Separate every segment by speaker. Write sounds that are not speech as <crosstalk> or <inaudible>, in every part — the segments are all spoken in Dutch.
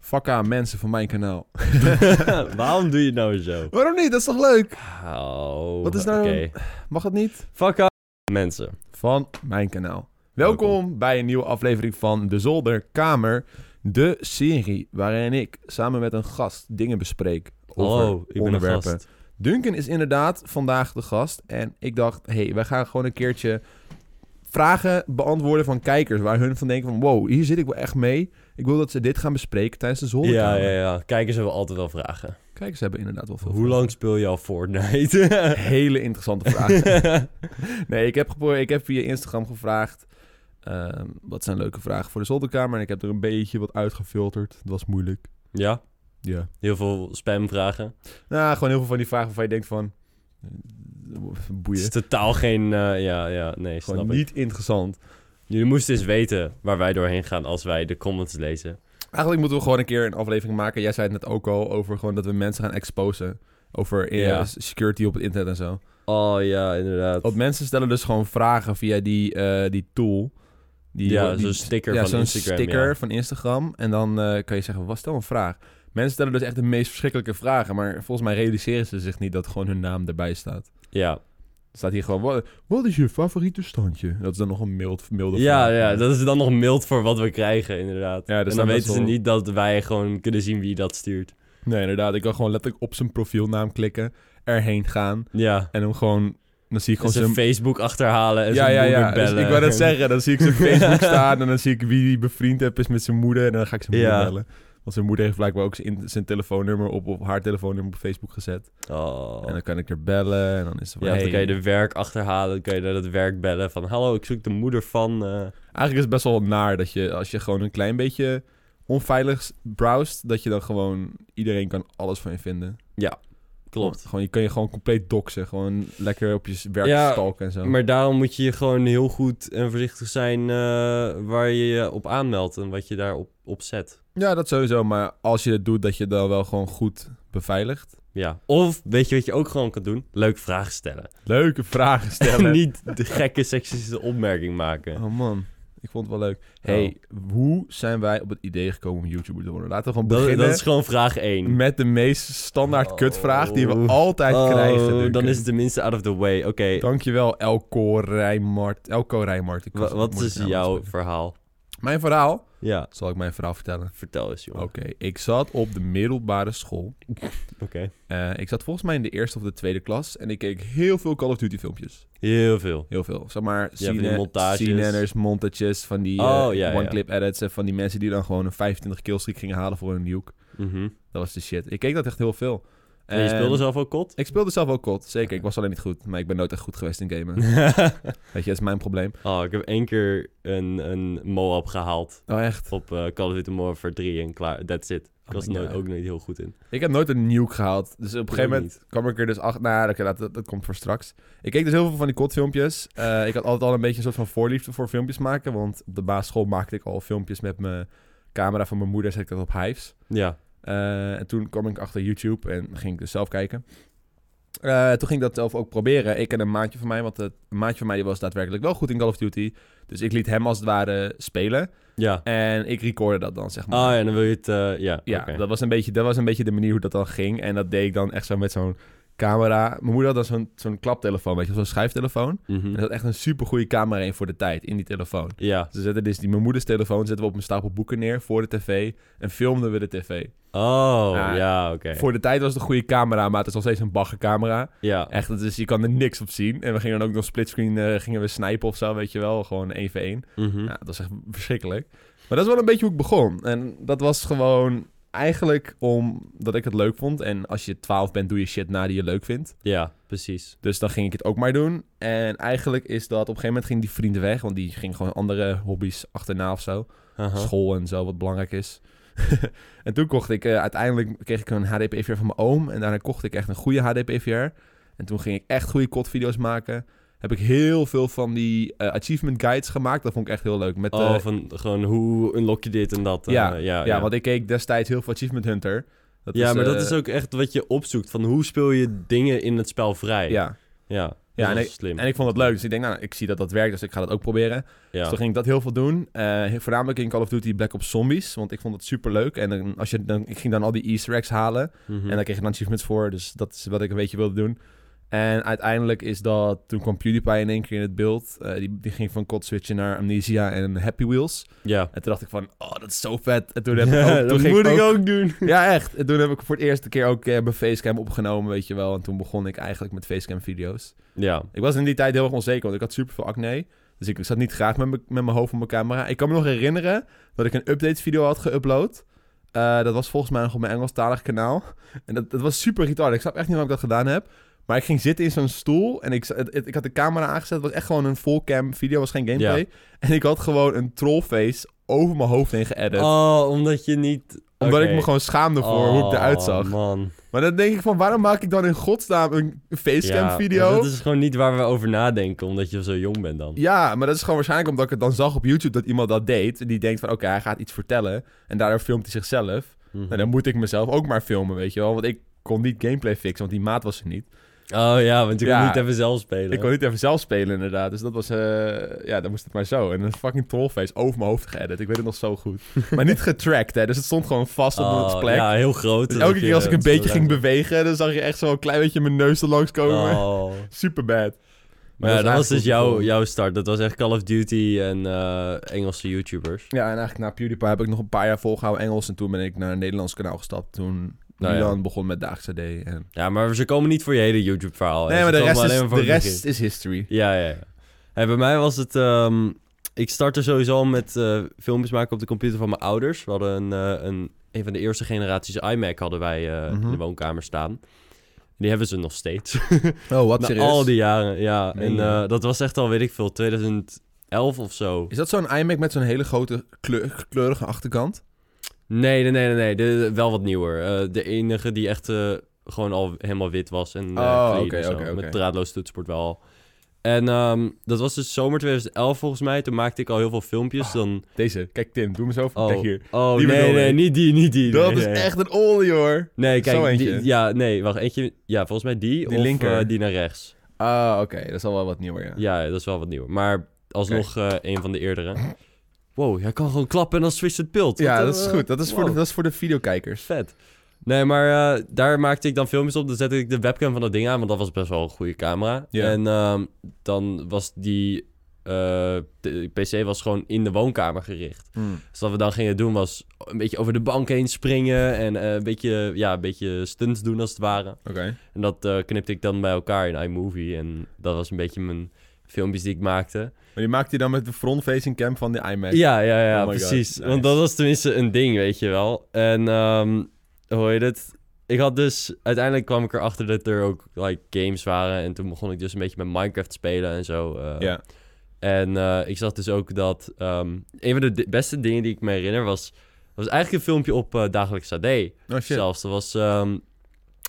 Speaker 1: Fuck aan mensen van mijn kanaal.
Speaker 2: <laughs> Waarom doe je het nou zo?
Speaker 1: Waarom niet? Dat is toch leuk?
Speaker 2: Oh,
Speaker 1: Wat is nou-
Speaker 2: oké.
Speaker 1: Mag dat niet?
Speaker 2: Fuck up, mensen.
Speaker 1: Van mijn kanaal. Welkom, bij een nieuwe aflevering van De Zolderkamer. De serie waarin ik samen met een gast dingen bespreek over
Speaker 2: oh, ik ben een
Speaker 1: onderwerpen.
Speaker 2: gast.
Speaker 1: Duncan is inderdaad vandaag de gast. En ik dacht, hé, hey, wij gaan gewoon een keertje vragen beantwoorden van kijkers... waar hun van denken van, wow, hier zit ik wel echt mee. Ik wil dat ze dit gaan bespreken tijdens de
Speaker 2: Ja,
Speaker 1: Zolderkamer.
Speaker 2: ja, ja. Kijkers hebben altijd wel vragen.
Speaker 1: Kijkers hebben inderdaad wel veel
Speaker 2: Hoe lang speel je al Fortnite? <laughs>
Speaker 1: Hele interessante vraag. nee, ik heb, gepro- ik heb via Instagram gevraagd. ehm, wat zijn leuke vragen voor de zolderkamer? En ik heb er een beetje wat uitgefilterd. Dat was moeilijk.
Speaker 2: ja,
Speaker 1: Ja.
Speaker 2: heel veel spamvragen.
Speaker 1: Nou, gewoon heel veel van die vragen waarvan je denkt van... eh,
Speaker 2: Het is
Speaker 1: Boeien.
Speaker 2: totaal geen... eh, ja, ja, nee, snap
Speaker 1: Gewoon
Speaker 2: ik.
Speaker 1: niet interessant.
Speaker 2: Jullie moesten eens weten waar wij doorheen gaan als wij de comments lezen.
Speaker 1: Eigenlijk moeten we gewoon een keer een aflevering maken. Jij zei het net ook al over gewoon dat we mensen gaan exposen. Over eh,
Speaker 2: Ja.
Speaker 1: security op het internet en zo.
Speaker 2: Oh ja, inderdaad.
Speaker 1: Want mensen stellen dus gewoon vragen via die, eh, die tool. Die,
Speaker 2: ja,
Speaker 1: die-
Speaker 2: zo'n sticker
Speaker 1: ja,
Speaker 2: van
Speaker 1: zo'n
Speaker 2: Instagram.
Speaker 1: sticker
Speaker 2: ja.
Speaker 1: van Instagram. En dan eh, kan je zeggen, was stel een vraag. Mensen stellen dus echt de meest verschrikkelijke vragen. Maar volgens mij realiseren ze zich niet dat gewoon hun naam erbij staat.
Speaker 2: Ja,
Speaker 1: Er staat hier gewoon, "Wa- wat is je favoriete standje? Dat is dan nog een mild, milde
Speaker 2: ja,
Speaker 1: vraag.
Speaker 2: ja, dat is dan nog mild voor wat we krijgen, inderdaad.
Speaker 1: Ja, dus
Speaker 2: en dan
Speaker 1: dat is
Speaker 2: weten ze
Speaker 1: wel-
Speaker 2: niet dat wij gewoon kunnen zien wie dat stuurt.
Speaker 1: Nee, inderdaad. Ik kan gewoon letterlijk op zijn profielnaam klikken. Erheen gaan.
Speaker 2: Ja,
Speaker 1: En hem gewoon... Dan zie ik
Speaker 2: en
Speaker 1: gewoon
Speaker 2: zijn
Speaker 1: zijn...
Speaker 2: Facebook achterhalen en
Speaker 1: Ja,
Speaker 2: zijn
Speaker 1: ja,
Speaker 2: moeder
Speaker 1: ja. Dus
Speaker 2: bellen.
Speaker 1: ik wou dat zeggen. Dan zie
Speaker 2: <laughs>
Speaker 1: ik zijn Facebook staan. En dan zie ik wie die bevriend heb is met zijn moeder. En dan ga ik zijn moeder
Speaker 2: Ja.
Speaker 1: bellen. Want zijn moeder heeft blijkbaar ook zijn, zijn telefoonnummer op, op haar telefoonnummer op Facebook gezet.
Speaker 2: Oh.
Speaker 1: En dan kan ik er bellen en dan is het van,
Speaker 2: Ja,
Speaker 1: hey.
Speaker 2: dan kan je de werk achterhalen, dan kan je naar dat werk bellen van... Hallo, ik zoek de moeder van... eh,
Speaker 1: Eigenlijk is het best wel naar dat je, als je gewoon een klein beetje onveilig browst, dat je dan gewoon, iedereen kan alles van je vinden.
Speaker 2: Klopt.
Speaker 1: Gewoon, je kan je gewoon compleet doxen, gewoon lekker op je werk
Speaker 2: Ja,
Speaker 1: stalken en zo.
Speaker 2: Maar daarom moet je gewoon heel goed en voorzichtig zijn eh, waar je je op aanmeldt en wat je daarop op zet.
Speaker 1: Ja, dat sowieso, maar als je het doet, dat je het dan wel gewoon goed beveiligt.
Speaker 2: Ja. Of weet je wat je ook gewoon kan doen? Leuk vragen
Speaker 1: <laughs>
Speaker 2: stellen.
Speaker 1: Leuke vragen
Speaker 2: En <laughs>
Speaker 1: stellen.
Speaker 2: niet de gekke seksistische opmerking maken.
Speaker 1: Oh man, ik vond het wel leuk. hey, hoe zijn wij op het idee gekomen om YouTuber te worden? Laten we gewoon
Speaker 2: Dat,
Speaker 1: beginnen
Speaker 2: dat is gewoon vraag 1.
Speaker 1: met de meest standaard
Speaker 2: Oh.
Speaker 1: kutvraag die we altijd krijgen.
Speaker 2: dan
Speaker 1: Duncan.
Speaker 2: is het tenminste out of the way. Oké,
Speaker 1: Dankjewel, Elko Rijmart. Elko Rijmart. Ik
Speaker 2: wa-
Speaker 1: was-
Speaker 2: wat
Speaker 1: moet
Speaker 2: is
Speaker 1: ik nou
Speaker 2: jouw
Speaker 1: uitspreken.
Speaker 2: verhaal?
Speaker 1: Mijn verhaal?
Speaker 2: Ja,
Speaker 1: Zal ik mijn verhaal vertellen?
Speaker 2: vertel eens,
Speaker 1: Oké,
Speaker 2: jongen. Oké.
Speaker 1: ik zat op de middelbare school. Eh, ik zat volgens mij in de eerste of de tweede klas. En ik keek heel veel Call of Duty filmpjes.
Speaker 2: Heel veel.
Speaker 1: Heel veel. Zeg maar,
Speaker 2: van die
Speaker 1: CNN
Speaker 2: montages.
Speaker 1: CNN'ers, montages van die
Speaker 2: Oh, ja, ja.
Speaker 1: one-clip edits. En van die mensen die dan gewoon een 25 killstreak gingen halen voor een nuke.
Speaker 2: Mhm.
Speaker 1: Dat was de shit. Ik keek dat echt heel veel.
Speaker 2: En je
Speaker 1: En
Speaker 2: speelde zelf ook
Speaker 1: <laughs>
Speaker 2: kot?
Speaker 1: Ik speelde zelf ook kot, zeker. Ik was alleen niet goed. Maar ik ben nooit echt goed geweest in
Speaker 2: <laughs>
Speaker 1: gamen. Weet je, dat is mijn probleem.
Speaker 2: <laughs> oh, ik heb één keer een, een Moab gehaald
Speaker 1: Oh, echt?
Speaker 2: op eh Call of Duty Modern Warfare 3 en klaar. That's it. Ik
Speaker 1: Oh
Speaker 2: was
Speaker 1: my
Speaker 2: nooit,
Speaker 1: God.
Speaker 2: ook nooit heel goed in.
Speaker 1: Ik heb nooit een nuke gehaald. Dus op een gegeven
Speaker 2: ook
Speaker 1: moment kwam ik er dus achter. Nou, ja, oké, dat, dat, dat komt voor straks. Ik keek dus heel veel van die kotfilmpjes. Eh ik had altijd al een beetje een soort van voorliefde voor filmpjes maken. Want op de basisschool maakte ik al filmpjes met mijn camera van mijn moeder. Zet ik dat op Hives.
Speaker 2: Ja.
Speaker 1: Eh, en toen kwam ik achter YouTube en ging ik dus zelf kijken. Eh, toen ging ik dat zelf ook proberen. Ik en een maatje van mij, want het een maatje van mij die was daadwerkelijk wel goed in Call of Duty. Dus ik liet hem als het ware spelen.
Speaker 2: Ja.
Speaker 1: En ik recorde dat dan, zeg maar.
Speaker 2: Oh ja, dan wil je het... eh, ja,
Speaker 1: Ja,
Speaker 2: oké.
Speaker 1: dat, was een beetje, dat was een beetje de manier hoe dat dan ging. En dat deed ik dan echt zo met zo'n camera. Mijn moeder had dan zo'n zo'n klaptelefoon, weet je, zo'n schuiftelefoon. En
Speaker 2: Mhm.
Speaker 1: er zat echt een supergoeie camera in voor de tijd, in die telefoon.
Speaker 2: Ja.
Speaker 1: Ze zetten dus die, mijn moeders telefoon zetten we op een stapel boeken neer voor de tv. En filmden we de tv.
Speaker 2: Oh,
Speaker 1: Ah,
Speaker 2: ja, oké. Oh.
Speaker 1: Voor de tijd was het een goede camera, maar het is nog steeds een baggercamera.
Speaker 2: Ja.
Speaker 1: Echt, dus je kan er niks op zien. En we gingen dan ook nog splitscreen eh, gingen we snipen of zo, weet je wel. Gewoon 1v1.
Speaker 2: Mhm.
Speaker 1: Ja, Nou, dat was echt verschrikkelijk. Maar dat is wel een beetje hoe ik begon. En dat was gewoon eigenlijk omdat ik het leuk vond. En als je 12 bent, doe je shit na die je leuk vindt.
Speaker 2: ja, precies.
Speaker 1: Dus dan ging ik het ook maar doen. En eigenlijk is dat op een gegeven moment ging die vrienden weg. Want die gingen gewoon andere hobby's achterna of zo.
Speaker 2: Aha.
Speaker 1: School en zo, wat belangrijk is. <laughs> en toen kocht ik, eh, uiteindelijk kreeg ik een HDPVR van mijn oom. En daarna kocht ik echt een goede HDPVR. En toen ging ik echt goede kotvideo's maken. Heb ik heel veel van die eh, achievement guides gemaakt. Dat vond ik echt heel leuk. Met, eh,
Speaker 2: Oh, van gewoon hoe unlock je dit en dat. eh,
Speaker 1: Ja,
Speaker 2: ja,
Speaker 1: ja, want ik keek destijds heel veel Achievement Hunter. Dat
Speaker 2: ja, maar
Speaker 1: eh,
Speaker 2: dat is ook echt wat je opzoekt. Van hoe speel je dingen in het spel vrij?
Speaker 1: Ja,
Speaker 2: Ja,
Speaker 1: Ja,
Speaker 2: dat
Speaker 1: en
Speaker 2: is
Speaker 1: ik-
Speaker 2: slim.
Speaker 1: En ik vond dat leuk. Dus ik denk, nou, ik zie dat dat werkt, dus ik ga dat ook proberen.
Speaker 2: ja.
Speaker 1: Dus toen ging ik dat heel veel doen. Eh, voornamelijk in Call of Duty Black Ops Zombies. Want ik vond het super leuk. En dan, als je, dan, ik ging dan al die Easter eggs halen.
Speaker 2: Mhm.
Speaker 1: En daar kreeg je dan achievements voor. Dus dat is wat ik een beetje wilde doen. En uiteindelijk is dat... Toen kwam PewDiePie in één keer in het beeld. Eh, die, die ging van cod switchen naar Amnesia en Happy Wheels.
Speaker 2: ja.
Speaker 1: En toen dacht ik van... Oh, dat is zo vet. En toen
Speaker 2: <laughs>
Speaker 1: heb ik ook...
Speaker 2: Ja,
Speaker 1: toen
Speaker 2: dat
Speaker 1: ging
Speaker 2: moet ik ook doen.
Speaker 1: Ja, echt. En toen heb ik voor het eerste keer ook eh, mijn facecam opgenomen, weet je wel. En toen begon ik eigenlijk met facecam video's.
Speaker 2: Ja,
Speaker 1: Ik was in die tijd heel erg onzeker, want ik had super veel acne. Dus ik zat niet graag met, mijn- met mijn hoofd op mijn camera. Ik kan me nog herinneren dat ik een update video had geüpload. Eh, dat was volgens mij nog op mijn Engelstalig kanaal. En dat, dat was super retard. Ik snap echt niet waarom ik dat gedaan heb. Maar ik ging zitten in zo'n stoel en ik, za- het- het- ik had de camera aangezet. Het was echt gewoon een full cam video, was geen gameplay. En ik had gewoon een trollface over mijn hoofd heen geëdit.
Speaker 2: Oh, omdat je niet...
Speaker 1: omdat ik
Speaker 2: Oké.
Speaker 1: me gewoon schaamde voor hoe ik eruit
Speaker 2: Oh,
Speaker 1: zag.
Speaker 2: man.
Speaker 1: Maar dan denk ik van, waarom maak ik dan in godsnaam een facecam
Speaker 2: Ja,
Speaker 1: video?
Speaker 2: maar Dat is gewoon niet waar we over nadenken, omdat je zo jong bent dan.
Speaker 1: Ja, maar dat is gewoon waarschijnlijk omdat ik het dan zag op YouTube dat iemand dat deed. En die denkt van, oké, hij gaat iets vertellen. En daardoor filmt hij zichzelf.
Speaker 2: Mhm.
Speaker 1: Nou, dan moet ik mezelf ook maar filmen, weet je wel. Want ik kon niet gameplay fixen, want die maat was er niet.
Speaker 2: Oh ja, want je
Speaker 1: Ja.
Speaker 2: kon niet even zelf spelen.
Speaker 1: Ik kon niet even zelf spelen, inderdaad. Dus dat was, eh, ja, dan moest het maar zo. En een fucking trollface over mijn hoofd geëdit. Ik weet het nog zo
Speaker 2: <laughs>
Speaker 1: goed. maar niet getracked, hè. Dus het stond gewoon vast op
Speaker 2: Oh,
Speaker 1: mijn plek.
Speaker 2: Ja, heel groot.
Speaker 1: Dus
Speaker 2: dat
Speaker 1: elke
Speaker 2: je Oh.
Speaker 1: keer als ik een
Speaker 2: het zo
Speaker 1: beetje ging
Speaker 2: ruimte-
Speaker 1: bewegen, dan zag je echt zo'n klein beetje mijn neus er langskomen.
Speaker 2: Oh.
Speaker 1: Super bad. <laughs>
Speaker 2: Maar ja, dat was dus jouw,
Speaker 1: jou.
Speaker 2: jouw start. Dat was echt Call of Duty en eh, Engelse YouTubers.
Speaker 1: Ja, en eigenlijk na PewDiePie heb ik nog een paar jaar volgehouden Engels. En toen ben ik naar een Nederlands kanaal gestapt. Toen
Speaker 2: Nou ja.
Speaker 1: Milan begon met Daagse D. En...
Speaker 2: Ja, maar ze komen niet voor je hele YouTube-verhaal. hè.
Speaker 1: Nee, maar
Speaker 2: Ze
Speaker 1: de
Speaker 2: komen
Speaker 1: rest,
Speaker 2: alleen
Speaker 1: Oh, is,
Speaker 2: maar voor
Speaker 1: de
Speaker 2: het
Speaker 1: rest is history.
Speaker 2: begin. Ja, ja, ja. En bij mij was het... ehm, ik startte sowieso al met eh, filmpjes maken op de computer van mijn ouders. We hadden een, eh, een, een van de eerste generaties iMac hadden wij eh,
Speaker 1: Mhm.
Speaker 2: in de woonkamer staan. Die hebben ze nog steeds.
Speaker 1: Oh, wat
Speaker 2: <laughs> Na
Speaker 1: serieus?
Speaker 2: al die jaren, ja.
Speaker 1: Meen
Speaker 2: en
Speaker 1: je?
Speaker 2: eh, dat was echt al, weet ik veel, 2011 of zo.
Speaker 1: Is dat zo'n iMac met zo'n hele grote kleur- kleurige achterkant?
Speaker 2: Nee, nee, nee, nee, nee. De, de- wel wat nieuwer. Eh, de enige die echt eh, gewoon al helemaal wit was en eh
Speaker 1: Oh,
Speaker 2: clean
Speaker 1: oké,
Speaker 2: en zo.
Speaker 1: oké, oké.
Speaker 2: Met draadloos toetsport wel. En ehm, dat was dus zomer 2011 volgens mij. Toen maakte ik al heel veel filmpjes.
Speaker 1: Ah.
Speaker 2: Dan...
Speaker 1: Deze. Kijk, Tim, doe me zo voor.
Speaker 2: Oh,
Speaker 1: Kijk hier.
Speaker 2: oh
Speaker 1: Die
Speaker 2: nee,
Speaker 1: bedoel
Speaker 2: nee,
Speaker 1: ik.
Speaker 2: niet die, niet die.
Speaker 1: dat
Speaker 2: nee,
Speaker 1: is
Speaker 2: nee.
Speaker 1: echt een olie hoor.
Speaker 2: Nee,
Speaker 1: Zo
Speaker 2: kijk, die,
Speaker 1: eentje.
Speaker 2: ja, nee, wacht, eentje, ja, volgens mij die,
Speaker 1: Die
Speaker 2: of
Speaker 1: linker.
Speaker 2: eh, die naar rechts.
Speaker 1: Ah, oké. Dat is al wel wat nieuwer, ja.
Speaker 2: Ja, dat is wel wat nieuw. Maar alsnog eh, een van de eerdere. Wow, jij kan gewoon klappen en dan switcht het beeld.
Speaker 1: Ja,
Speaker 2: Wat,
Speaker 1: dat is
Speaker 2: eh,
Speaker 1: goed. Dat is, voor de,
Speaker 2: wow.
Speaker 1: dat is voor de videokijkers.
Speaker 2: Vet. Nee, maar eh, daar maakte ik dan filmpjes op. Dan zette ik de webcam van dat ding aan, want dat was best wel een goede camera.
Speaker 1: Ja.
Speaker 2: En ehm, dan was die eh, de PC was gewoon in de woonkamer gericht.
Speaker 1: Hmm.
Speaker 2: Dus wat we dan gingen doen was een beetje over de bank heen springen en eh, een, beetje, ja, een beetje stunts doen als het ware.
Speaker 1: Oké.
Speaker 2: En dat eh, knipte ik dan bij elkaar in iMovie. En dat was een beetje mijn filmpjes die ik maakte.
Speaker 1: Maar die maakt hij dan met de front-facing cam van de iMac.
Speaker 2: Ja, ja, ja,
Speaker 1: Oh my God,
Speaker 2: precies.
Speaker 1: nice.
Speaker 2: Want dat was tenminste een ding, weet je wel. En ehm hoe je dit? Ik had dus... Uiteindelijk kwam ik erachter dat er ook like, games waren. En toen begon ik dus een beetje met Minecraft spelen en zo. eh.
Speaker 1: Ja.
Speaker 2: En eh, ik zag dus ook dat... ehm, een van de di- beste dingen die ik me herinner was... was eigenlijk een filmpje op eh, Dagelijks AD
Speaker 1: Oh, shit.
Speaker 2: zelfs. Dat was ehm,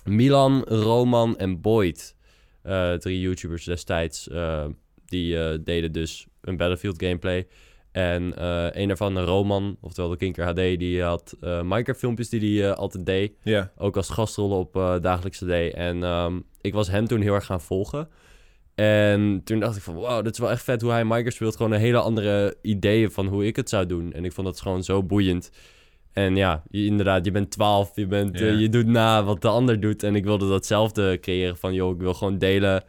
Speaker 2: Milan, Roman en Boyd. Eh, drie YouTubers destijds. eh, die eh, deden dus een Battlefield gameplay. En eh een daarvan, Roman, oftewel de Kinker HD, die had eh, Minecraft filmpjes die hij eh, altijd deed.
Speaker 1: Ja.
Speaker 2: Ook als gastrollen op eh Dagelijkse D. En ehm, ik was hem toen heel erg gaan volgen. En toen dacht ik van, wauw, dit is wel echt vet hoe hij Minecraft speelt. Gewoon een hele andere ideeën van hoe ik het zou doen. En ik vond dat gewoon zo boeiend. En ja, je- inderdaad, je bent 12, je, bent, eh,
Speaker 1: Ja.
Speaker 2: je doet na wat de ander doet. En ik wilde datzelfde creëren van, joh, ik wil gewoon delen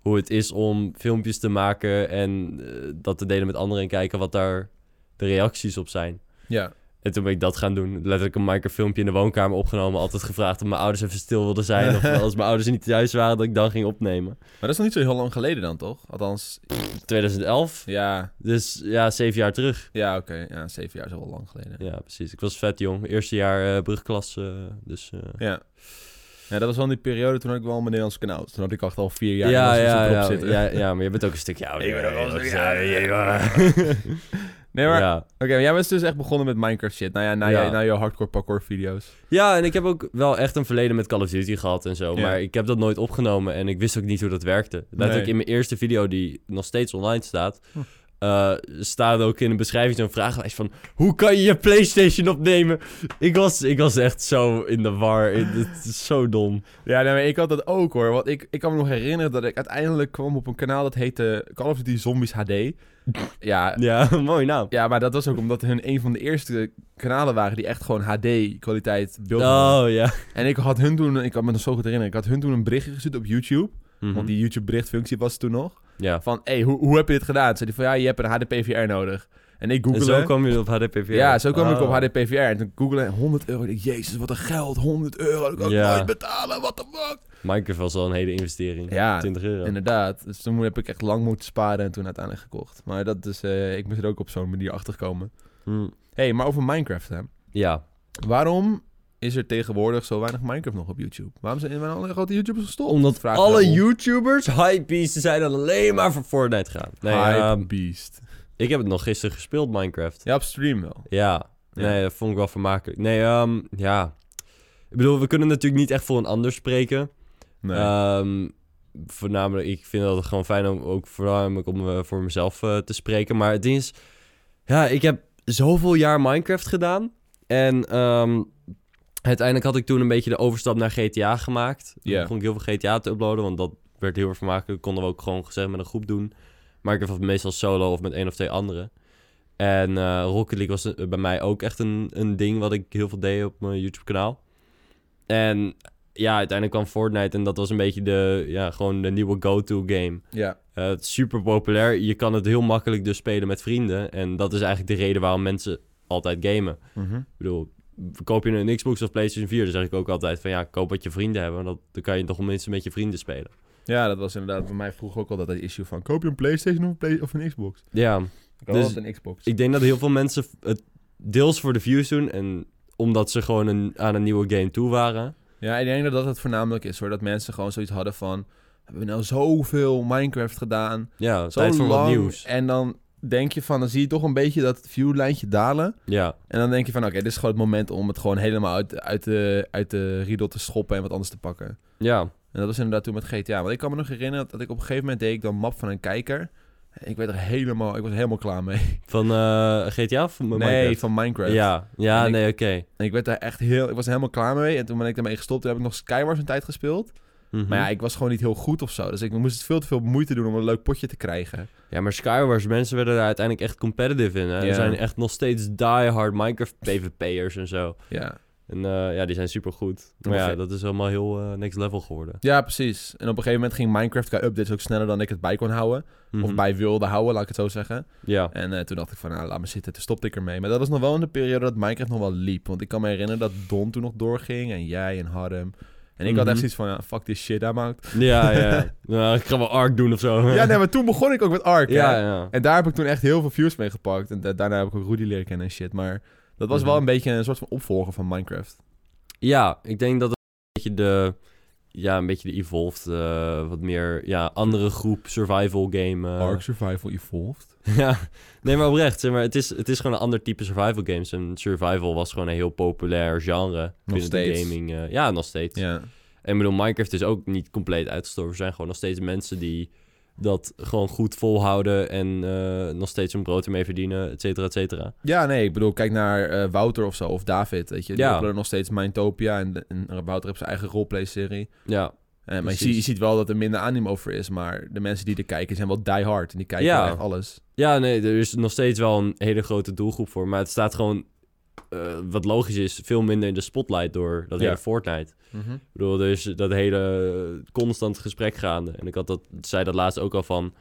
Speaker 2: hoe het is om filmpjes te maken. En eh, dat te delen met anderen en kijken wat daar de reacties op zijn.
Speaker 1: Ja.
Speaker 2: En toen ben ik dat gaan doen. Letterlijk een microfilmpje filmpje in de woonkamer opgenomen. Altijd gevraagd of mijn ouders even stil wilden zijn. Of als mijn ouders niet thuis waren, dat ik dan ging opnemen.
Speaker 1: Maar dat is nog niet zo heel lang geleden dan, toch? Althans,
Speaker 2: 2011.
Speaker 1: ja.
Speaker 2: Dus ja, zeven jaar terug.
Speaker 1: Ja, oké. Ja, zeven jaar is al wel lang geleden.
Speaker 2: Ja, precies. Ik was vet jong. Eerste jaar eh, brugklas. eh, dus eh,
Speaker 1: Ja. Ja, dat was wel in die periode toen had ik wel mijn Nederlands kanaal. Dus Toen had ik echt al vier
Speaker 2: ja,
Speaker 1: jaar
Speaker 2: ja,
Speaker 1: Engels
Speaker 2: ja,
Speaker 1: erop
Speaker 2: ja,
Speaker 1: zitten.
Speaker 2: ja, maar je bent ook een stukje ouder.
Speaker 1: Ik ben ook wel een
Speaker 2: Dat is,
Speaker 1: stukje
Speaker 2: eh,
Speaker 1: ouder.
Speaker 2: ja.
Speaker 1: Nee, maar...
Speaker 2: Ja.
Speaker 1: Oké, maar jij bent dus echt begonnen met Minecraft shit. Nou ja, na,
Speaker 2: Ja.
Speaker 1: Je, na je hardcore parkour video's.
Speaker 2: Ja, en ik heb ook wel echt een verleden met Call of Duty gehad en zo.
Speaker 1: Ja.
Speaker 2: Maar ik heb dat nooit opgenomen en ik wist ook niet hoe dat werkte. Letterlijk
Speaker 1: Nee.
Speaker 2: in mijn eerste video die nog steeds online staat.
Speaker 1: Hm.
Speaker 2: eh, eh staat ook in de beschrijving zo'n vragenlijst van... Hoe kan je je PlayStation opnemen? Ik was, ik was echt zo in de war. Ik- Het is zo dom.
Speaker 1: Ja, nee, maar ik had dat ook hoor. Want ik, ik kan me nog herinneren dat ik uiteindelijk kwam op een kanaal dat heette Call of Duty Zombies <laughs> HD. <laughs> ja,
Speaker 2: Ja, mooi naam.
Speaker 1: ja, maar dat was ook omdat hun een van de eerste kanalen waren die echt gewoon HD-kwaliteit beelden hadden.
Speaker 2: Oh, ja.
Speaker 1: En ik had hun toen, ik kan me nog zo goed herinneren, ik had hun toen een berichtje gezet op YouTube. Want die YouTube-berichtfunctie was toen nog.
Speaker 2: Mhm. Ja.
Speaker 1: Van, hé, hey, hoe, hoe heb je dit gedaan? Zei die van, ja, je hebt een HDPVR nodig. En ik
Speaker 2: En
Speaker 1: googelde.
Speaker 2: zo kwam je op HDPV.
Speaker 1: Ja, zo kwam ik op
Speaker 2: Oh.
Speaker 1: HDPVR. En toen googelde ik 100 euro. Ik dacht, jezus, wat een geld. 100 euro. Dat kan ik
Speaker 2: Ja.
Speaker 1: nooit betalen. What the fuck?
Speaker 2: Minecraft was al een hele investering.
Speaker 1: Ja,
Speaker 2: 20 euro.
Speaker 1: Inderdaad. Dus toen heb ik echt lang moeten sparen en toen uiteindelijk gekocht. Maar dat is, eh, ik moest er ook op zo'n manier achter komen.
Speaker 2: Hm.
Speaker 1: hey, maar over Minecraft hè.
Speaker 2: Ja,
Speaker 1: Waarom is er tegenwoordig zo weinig Minecraft nog op YouTube? Waarom zijn waarom alle grote YouTubers gestopt?
Speaker 2: omdat
Speaker 1: Vraag
Speaker 2: alle
Speaker 1: daarom.
Speaker 2: YouTubers, hypebeasten zijn dat alleen maar voor Fortnite gaan. Nee,
Speaker 1: Hype
Speaker 2: ehm,
Speaker 1: beast.
Speaker 2: ik heb het nog gisteren gespeeld, Minecraft.
Speaker 1: Ja, op stream wel.
Speaker 2: Ja, nee, dat vond ik wel vermakelijk. Nee, ehm, ja. Ik bedoel, we kunnen natuurlijk niet echt voor een ander spreken.
Speaker 1: Nee.
Speaker 2: Ehm, voornamelijk, ik vind dat gewoon fijn om ook voornamelijk om eh, voor mezelf eh, te spreken. Maar het ding is, ja, ik heb zoveel jaar Minecraft gedaan. En ehm, uiteindelijk had ik toen een beetje de overstap naar GTA gemaakt.
Speaker 1: Ja.
Speaker 2: Toen begon ik heel veel GTA te uploaden, want dat werd heel erg vermakelijk. Konden we ook gewoon gezellig met een groep doen. Maar ik heb het meestal solo of met één of twee anderen. En eh, Rocket League was eh, bij mij ook echt een, een ding wat ik heel veel deed op mijn YouTube-kanaal. En ja, uiteindelijk kwam Fortnite en dat was een beetje de, ja, gewoon de nieuwe go-to game.
Speaker 1: ja.
Speaker 2: Eh, het is super populair. Je kan het heel makkelijk dus spelen met vrienden. En dat is eigenlijk de reden waarom mensen altijd gamen.
Speaker 1: Mhm.
Speaker 2: Ik bedoel, koop je een Xbox of PlayStation 4, dan zeg ik ook altijd van ja, koop wat je vrienden hebben. want Dat, dan kan je toch minstens met je vrienden spelen.
Speaker 1: Ja, dat was inderdaad bij mij vroeger ook altijd dat issue van... Koop je een Playstation of een, Play- of een Xbox?
Speaker 2: Ja,
Speaker 1: Ik had
Speaker 2: Dus-
Speaker 1: altijd een Xbox.
Speaker 2: ik denk dat heel veel mensen het deels voor de views doen. En omdat ze gewoon een, aan een nieuwe game toe waren.
Speaker 1: Ja, ik denk dat dat het voornamelijk is hoor. Dat mensen gewoon zoiets hadden van... Hebben we nou zoveel Minecraft gedaan?
Speaker 2: Ja,
Speaker 1: Zo
Speaker 2: tijd voor
Speaker 1: lang,
Speaker 2: wat nieuws.
Speaker 1: En dan denk je van, dan zie je toch een beetje dat viewlijntje dalen.
Speaker 2: Ja,
Speaker 1: En dan denk je van, oké, dit is gewoon het moment om het gewoon helemaal uit, uit, de, uit de riedel te schoppen en wat anders te pakken.
Speaker 2: ja.
Speaker 1: En dat was inderdaad toen met GTA. Want ik kan me nog herinneren dat ik op een gegeven moment deed ik dan map van een kijker. Ik werd er helemaal, ik was er helemaal klaar mee.
Speaker 2: Van eh, GTA of
Speaker 1: nee,
Speaker 2: Minecraft?
Speaker 1: van Minecraft.
Speaker 2: Ja, ja
Speaker 1: En ik-
Speaker 2: nee, oké.
Speaker 1: En ik werd daar echt heel, ik was er helemaal klaar mee. En toen ben ik daarmee gestopt. Toen heb ik nog Skywars een tijd gespeeld.
Speaker 2: Mhm.
Speaker 1: Maar ja, ik was gewoon niet heel goed of zo. Dus ik moest het veel te veel moeite doen om een leuk potje te krijgen.
Speaker 2: Ja, maar Skywars, mensen werden daar uiteindelijk echt competitive in. Hè?
Speaker 1: Ja.
Speaker 2: Er zijn echt nog steeds diehard Minecraft PvP'ers en zo.
Speaker 1: Ja.
Speaker 2: En eh, ja, die zijn supergoed. Maar
Speaker 1: Maar
Speaker 2: ja,
Speaker 1: ge-
Speaker 2: dat is helemaal heel eh, next level geworden.
Speaker 1: ja, precies. En op een gegeven moment ging Minecraft qua updates ook sneller dan ik het bij kon houden.
Speaker 2: Mhm.
Speaker 1: Of bij wilde houden, laat ik het zo zeggen.
Speaker 2: Ja.
Speaker 1: En eh, toen dacht ik van, nou, laat me zitten. Toen stopte ik ermee. Maar dat was nog wel in de periode dat Minecraft nog wel liep. Want ik kan me herinneren dat Don toen nog doorging. En jij en Harm. En ik had
Speaker 2: Mhm.
Speaker 1: echt zoiets van, ja, fuck this shit, I'm
Speaker 2: <laughs>
Speaker 1: out.
Speaker 2: <laughs> Ja, ja. Nou, ik ga wel Ark doen of zo.
Speaker 1: ja, nee, maar toen begon ik ook met Ark. hè.
Speaker 2: <laughs> ja, ja.
Speaker 1: En daar heb ik toen echt heel veel views mee gepakt. En da- daarna heb ik ook Rudy leren kennen en shit. Maar dat was wel
Speaker 2: Mhm.
Speaker 1: een beetje een soort van opvolger van Minecraft.
Speaker 2: Ja, ik denk dat het een beetje de... Ja, een beetje de evolved, eh, wat meer... Ja, andere groep survival game. eh.
Speaker 1: Ark Survival Evolved.
Speaker 2: <laughs> Ja, nee, maar oprecht. Zeg maar, het, is, het is gewoon een ander type survival games. En survival was gewoon een heel populair genre binnen
Speaker 1: steeds.
Speaker 2: de gaming. eh, ja, nog steeds.
Speaker 1: Ja.
Speaker 2: En ik bedoel, Minecraft is ook niet compleet uitgestorven. Er zijn gewoon nog steeds mensen die dat gewoon goed volhouden en eh, nog steeds hun brood ermee verdienen, et cetera, et cetera.
Speaker 1: Ja, nee, ik bedoel, kijk naar eh, Wouter of zo, of David, weet je. Die
Speaker 2: Ja.
Speaker 1: uploaden nog steeds Mindtopia en, en Wouter heeft zijn eigen roleplay-serie.
Speaker 2: Ja,
Speaker 1: Eh, maar je,
Speaker 2: Precies.
Speaker 1: ziet- je ziet wel dat er minder anime over is, maar de mensen die er kijken zijn wel die hard en die kijken
Speaker 2: Ja.
Speaker 1: echt alles.
Speaker 2: ja nee, er is nog steeds wel een hele grote doelgroep voor. Maar het staat gewoon, eh, wat logisch is, veel minder in de spotlight door dat
Speaker 1: Ja.
Speaker 2: hele Fortnite. Ik bedoel, er is dat hele constant gesprek gaande. En ik had dat, zei dat laatst ook al van...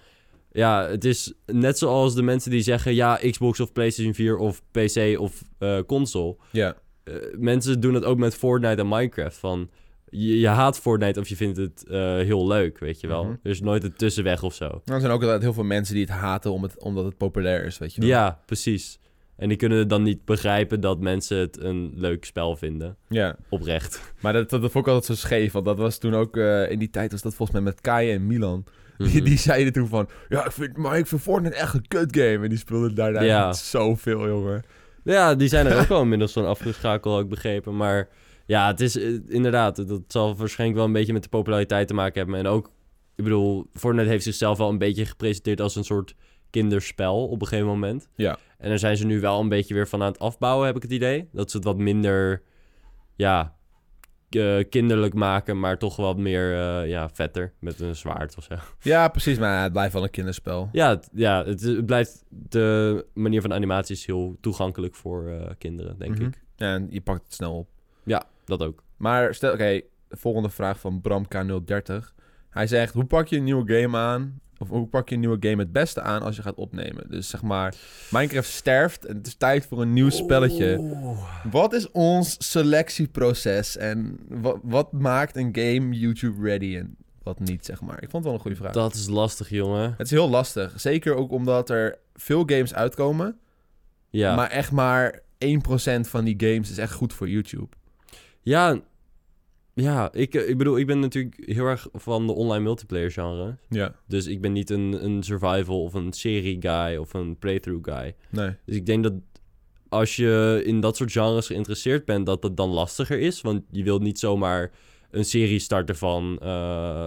Speaker 2: Ja, het is net zoals de mensen die zeggen... Ja, Xbox of PlayStation 4 of PC of eh, console.
Speaker 1: Ja,
Speaker 2: Eh, mensen doen dat ook met Fortnite en Minecraft. Van, je, je haat Fortnite of je vindt het eh, heel leuk, weet je wel.
Speaker 1: Mhm.
Speaker 2: Er is nooit een tussenweg of zo.
Speaker 1: er zijn ook altijd heel veel mensen die het haten om het, omdat het populair is, weet je wel.
Speaker 2: Ja, precies. En die kunnen dan niet begrijpen dat mensen het een leuk spel vinden.
Speaker 1: Ja.
Speaker 2: Oprecht.
Speaker 1: Maar dat, dat vond ik altijd zo scheef, want dat was toen ook, eh, in die tijd was dat volgens mij met Kai en Milan. Die, die zeiden toen van, ja, ik vind, maar ik vind Fortnite echt een kut game. En die speelden daarna
Speaker 2: Ja.
Speaker 1: echt zoveel, jongen.
Speaker 2: Ja, die zijn er
Speaker 1: <laughs>
Speaker 2: ook wel inmiddels van afgeschakeld, heb ik begrepen. Maar ja, het is eh, inderdaad, dat zal waarschijnlijk wel een beetje met de populariteit te maken hebben. En ook, ik bedoel, Fortnite heeft zichzelf wel een beetje gepresenteerd als een soort kinderspel op een gegeven moment.
Speaker 1: Ja.
Speaker 2: En daar zijn ze nu wel een beetje weer van aan het afbouwen, heb ik het idee. Dat ze het wat minder, ja, eh, kinderlijk maken, maar toch wat meer, eh, ja, vetter. Met een zwaard of zo. <laughs>
Speaker 1: Ja, precies. Maar het blijft wel een kinderspel.
Speaker 2: Ja, het, ja het, het blijft, de manier van animatie is heel toegankelijk voor eh, kinderen, denk
Speaker 1: Mhm.
Speaker 2: ik.
Speaker 1: Ja, en je pakt het snel op.
Speaker 2: Dat ook.
Speaker 1: Maar stel, oké, de volgende vraag van Bram K030. Hij zegt, hoe pak je een nieuwe game aan? Of hoe pak je een nieuwe game het beste aan als je gaat opnemen? Dus zeg maar, Minecraft sterft en het is tijd voor een nieuw spelletje. Wat is ons selectieproces en wat, wat maakt een game YouTube ready en wat niet, zeg maar? Ik vond het wel een goede vraag.
Speaker 2: Dat is lastig, jongen.
Speaker 1: Het is heel lastig. Zeker ook omdat er veel games uitkomen,
Speaker 2: Ja.
Speaker 1: maar echt maar 1% van die games is echt goed voor YouTube.
Speaker 2: Ja, ja ik, eh, ik bedoel, ik ben natuurlijk heel erg van de online multiplayer genre.
Speaker 1: Ja.
Speaker 2: Dus ik ben niet een, een survival of een serie guy of een playthrough guy.
Speaker 1: Nee.
Speaker 2: Dus ik denk dat als je in dat soort genres geïnteresseerd bent, dat dat dan lastiger is. Want je wilt niet zomaar een serie starten van, eh,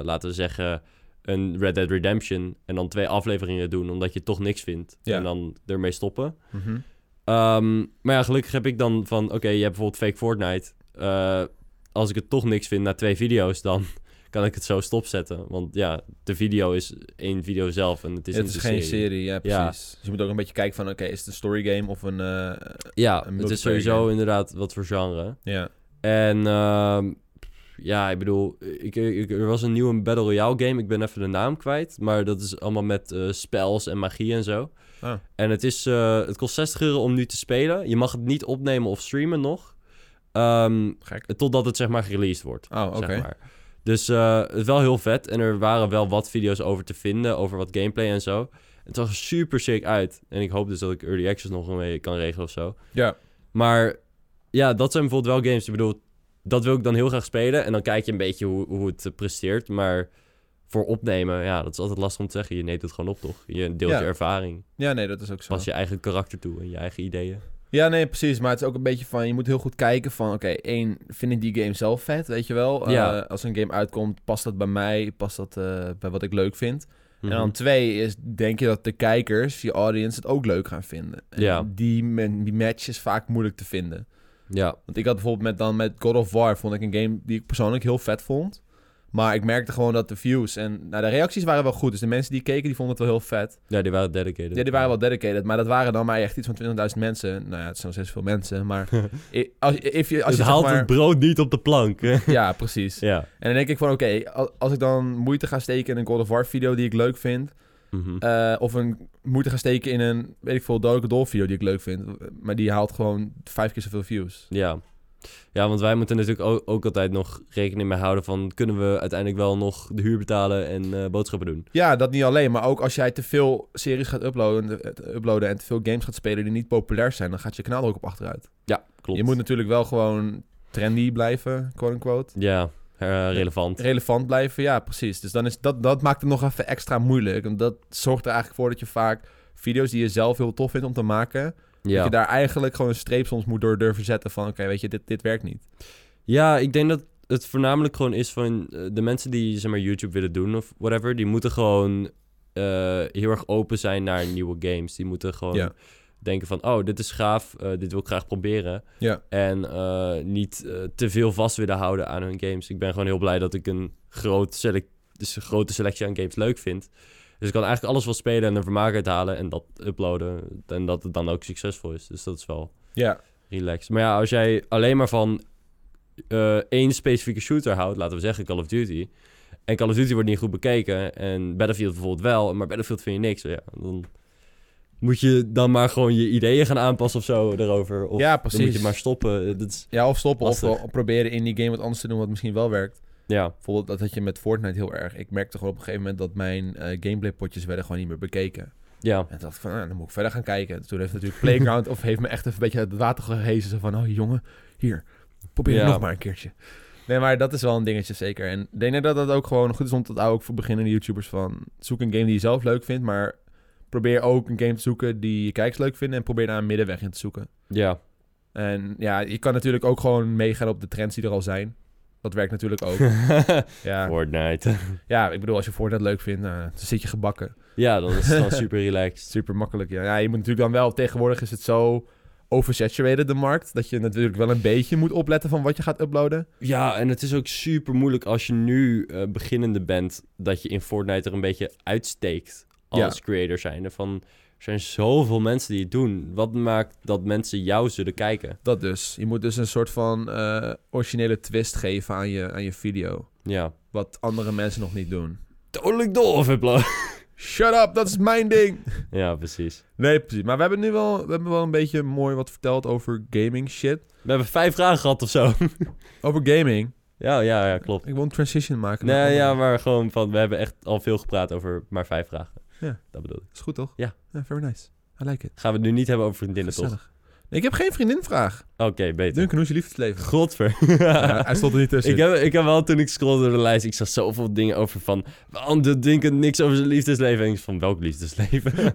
Speaker 2: laten we zeggen, een Red Dead Redemption. En dan twee afleveringen doen, omdat je toch niks vindt.
Speaker 1: Ja.
Speaker 2: En dan ermee stoppen.
Speaker 1: Mhm.
Speaker 2: Ehm, maar ja, gelukkig heb ik dan van... Oké, je hebt bijvoorbeeld Fake Fortnite. Eh, als ik het toch niks vind na twee video's, dan <laughs> kan ik het zo stopzetten. Want ja, de video is één video zelf en het is
Speaker 1: het
Speaker 2: niet
Speaker 1: is
Speaker 2: een
Speaker 1: geen
Speaker 2: serie.
Speaker 1: serie, ja, precies.
Speaker 2: Ja.
Speaker 1: Dus je moet ook een beetje kijken van, oké, is het een story game of een... eh,
Speaker 2: Ja,
Speaker 1: Een
Speaker 2: het is
Speaker 1: multiplayer
Speaker 2: sowieso
Speaker 1: game.
Speaker 2: inderdaad wat voor genre.
Speaker 1: ja.
Speaker 2: En ehm, ja, ik bedoel... Ik, ik- er was een nieuwe Battle Royale game. Ik ben even de naam kwijt. Maar dat is allemaal met eh, spells en magie en zo.
Speaker 1: Ah.
Speaker 2: En het, is, eh, het kost 60 euro om nu te spelen. Je mag het niet opnemen of streamen nog. Ehm,
Speaker 1: Gek.
Speaker 2: Totdat het zeg maar gereleased wordt.
Speaker 1: Oh, oké.
Speaker 2: Zeg maar. Dus eh, het is wel heel vet. En er waren wel wat video's over te vinden. Over wat gameplay en zo. Het zag er super sick uit. En ik hoop dus dat ik early access nog mee kan regelen of zo.
Speaker 1: Ja.
Speaker 2: Maar ja, dat zijn bijvoorbeeld wel games. Ik bedoel, dat wil ik dan heel graag spelen. En dan kijk je een beetje hoe, hoe het eh, presteert. Maar voor opnemen, ja, dat is altijd lastig om te zeggen. Je neemt het gewoon op, toch? Je deelt
Speaker 1: Ja.
Speaker 2: je ervaring.
Speaker 1: Ja, nee, dat is ook zo.
Speaker 2: Pas je eigen karakter toe en je eigen ideeën.
Speaker 1: Ja, nee, precies. Maar het is ook een beetje van, je moet heel goed kijken van, oké, één, vind ik die game zelf vet, weet je wel?
Speaker 2: Ja.
Speaker 1: Eh, als een game uitkomt, past dat bij mij? Past dat eh, bij wat ik leuk vind? En
Speaker 2: Mhm.
Speaker 1: dan twee is, denk je dat de kijkers, je audience, het ook leuk gaan vinden. En
Speaker 2: Ja.
Speaker 1: die, men- die match is vaak moeilijk te vinden.
Speaker 2: Ja,
Speaker 1: Want ik had bijvoorbeeld met, dan met God of War, vond ik een game die ik persoonlijk heel vet vond. Maar ik merkte gewoon dat de views en nou, de reacties waren wel goed. Dus de mensen die keken, die vonden het wel heel vet.
Speaker 2: ja, die waren dedicated.
Speaker 1: Ja, die waren wel dedicated. Maar dat waren dan maar echt iets van 20.000 mensen. Nou ja, het zijn nog steeds veel mensen. Maar
Speaker 2: <laughs>
Speaker 1: i- als, if je, als
Speaker 2: Dus
Speaker 1: je zeg
Speaker 2: haalt
Speaker 1: maar-
Speaker 2: het brood niet op de
Speaker 1: <laughs>
Speaker 2: plank. hè?
Speaker 1: Ja, precies.
Speaker 2: ja.
Speaker 1: En dan denk ik van, oké, al- als ik dan moeite ga steken in een God of War video die ik leuk vind...
Speaker 2: Mhm.
Speaker 1: Eh, of een moeite gaan steken in een, weet ik veel, dodelijke dol video die ik leuk vind. Maar die haalt gewoon vijf keer zoveel views.
Speaker 2: Ja. ja, want wij moeten natuurlijk ook, ook altijd nog rekening mee houden van... kunnen we uiteindelijk wel nog de huur betalen en eh, boodschappen doen?
Speaker 1: Ja, dat niet alleen. Maar ook als jij te veel series gaat uploaden, eh, uploaden en te veel games gaat spelen die niet populair zijn, dan gaat je kanaal er ook op achteruit.
Speaker 2: Ja, klopt.
Speaker 1: Je moet natuurlijk wel gewoon trendy blijven, quote-unquote.
Speaker 2: Ja, eh, relevant.
Speaker 1: Relevant blijven, ja, precies. Dus dan is dat, dat maakt het nog even extra moeilijk. En dat zorgt er eigenlijk voor dat je vaak video's die je zelf heel tof vindt om te maken, dat
Speaker 2: Ja.
Speaker 1: je daar eigenlijk gewoon een streep soms moet door durven zetten van, oké, weet je, dit, dit werkt niet.
Speaker 2: ja, ik denk dat het voornamelijk gewoon is van... eh, de mensen die zeg maar, YouTube willen doen of whatever... die moeten gewoon eh, heel erg open zijn naar nieuwe games. Die moeten gewoon
Speaker 1: Ja.
Speaker 2: denken van... oh, dit is gaaf, eh, dit wil ik graag proberen.
Speaker 1: Ja.
Speaker 2: En eh, niet eh, te veel vast willen houden aan hun games. Ik ben gewoon heel blij dat ik een, groot selec- dus een grote selectie aan games leuk vind. Dus ik kan eigenlijk alles wel spelen en er vermaak uit halen en dat uploaden. En dat het dan ook succesvol is. Dus dat is wel
Speaker 1: Ja,
Speaker 2: relaxed. Maar ja, als jij alleen maar van eh, één specifieke shooter houdt, laten we zeggen Call of Duty. En Call of Duty wordt niet goed bekeken. En Battlefield bijvoorbeeld wel, maar Battlefield vind je niks. Ja, dan moet je dan maar gewoon je ideeën gaan aanpassen of zo erover. Of
Speaker 1: ja
Speaker 2: dan
Speaker 1: precies.
Speaker 2: moet je maar stoppen. Eh, Dat is,
Speaker 1: Ja, of stoppen. Of,
Speaker 2: Lastig.
Speaker 1: wel proberen in die game wat anders te doen wat misschien wel werkt.
Speaker 2: ja,
Speaker 1: Bijvoorbeeld dat had je met Fortnite heel erg. Ik merkte gewoon op een gegeven moment dat mijn eh, gameplaypotjes werden gewoon niet meer bekeken. <laughs>
Speaker 2: ja.
Speaker 1: En toen dacht ik van, ah, dan moet ik verder gaan kijken. Toen heeft natuurlijk Playground of heeft me echt even een beetje uit het water gehezen. Zo van, oh jongen, hier, probeer het
Speaker 2: Ja.
Speaker 1: nog maar een keertje. Nee, maar dat is wel een dingetje zeker. En ik denk dat dat ook gewoon goed is om te ook voor beginnende YouTubers van... Zoek een game die je zelf leuk vindt, maar probeer ook een game te zoeken die je kijkers leuk vinden. En probeer daar een middenweg in te zoeken.
Speaker 2: ja.
Speaker 1: En ja, je kan natuurlijk ook gewoon meegaan op de trends die er al zijn. Dat werkt natuurlijk
Speaker 2: <laughs>
Speaker 1: ook. Ja,
Speaker 2: Fortnite.
Speaker 1: ja ik bedoel, als je Fortnite leuk vindt, nou, dan zit je gebakken.
Speaker 2: ja, dan is het dan super relaxed.
Speaker 1: Super makkelijk. Ja. ja, je moet natuurlijk dan wel... Tegenwoordig is het zo oversaturated, de markt... dat je natuurlijk wel een beetje moet opletten van wat je gaat uploaden.
Speaker 2: Ja, en het is ook super moeilijk als je nu eh, beginnende bent, dat je in Fortnite er een beetje uitsteekt als creator zijnde. Van, er zijn zoveel mensen die het doen. Wat maakt dat mensen jou zullen kijken?
Speaker 1: Dat dus. Je moet dus een soort van eh, originele twist geven aan je, aan je video.
Speaker 2: Ja.
Speaker 1: Wat andere mensen nog niet doen.
Speaker 2: Dodelijk doof, hè, bla.
Speaker 1: Shut up, dat is mijn ding! <laughs>
Speaker 2: Ja, precies.
Speaker 1: Nee, precies. Maar we hebben nu wel, we hebben wel een beetje mooi wat verteld over gaming shit.
Speaker 2: We hebben vijf vragen gehad of zo. <laughs>
Speaker 1: Over gaming.
Speaker 2: ja, ja, ja, klopt.
Speaker 1: Ik wil een transition maken.
Speaker 2: Nee, ja,
Speaker 1: maar...
Speaker 2: maar gewoon van, we hebben echt al veel gepraat over maar vijf vragen.
Speaker 1: Ja.
Speaker 2: Dat bedoel ik.
Speaker 1: Is goed, toch?
Speaker 2: Ja.
Speaker 1: very nice. I like it.
Speaker 2: Gaan we het nu niet hebben over vriendinnen, toch?
Speaker 1: Gezellig. Nee, ik heb geen vriendinvraag.
Speaker 2: Oké, beter.
Speaker 1: Duncan, hoe is je
Speaker 2: <laughs>
Speaker 1: liefdesleven?
Speaker 2: Godver.
Speaker 1: Ja, hij stond er niet tussen.
Speaker 2: Ik heb, ik heb wel, toen ik scrollde door de lijst, ik zag zoveel dingen over van... Waarom doet Duncan niks over zijn liefdesleven? En ik van, welk liefdesleven?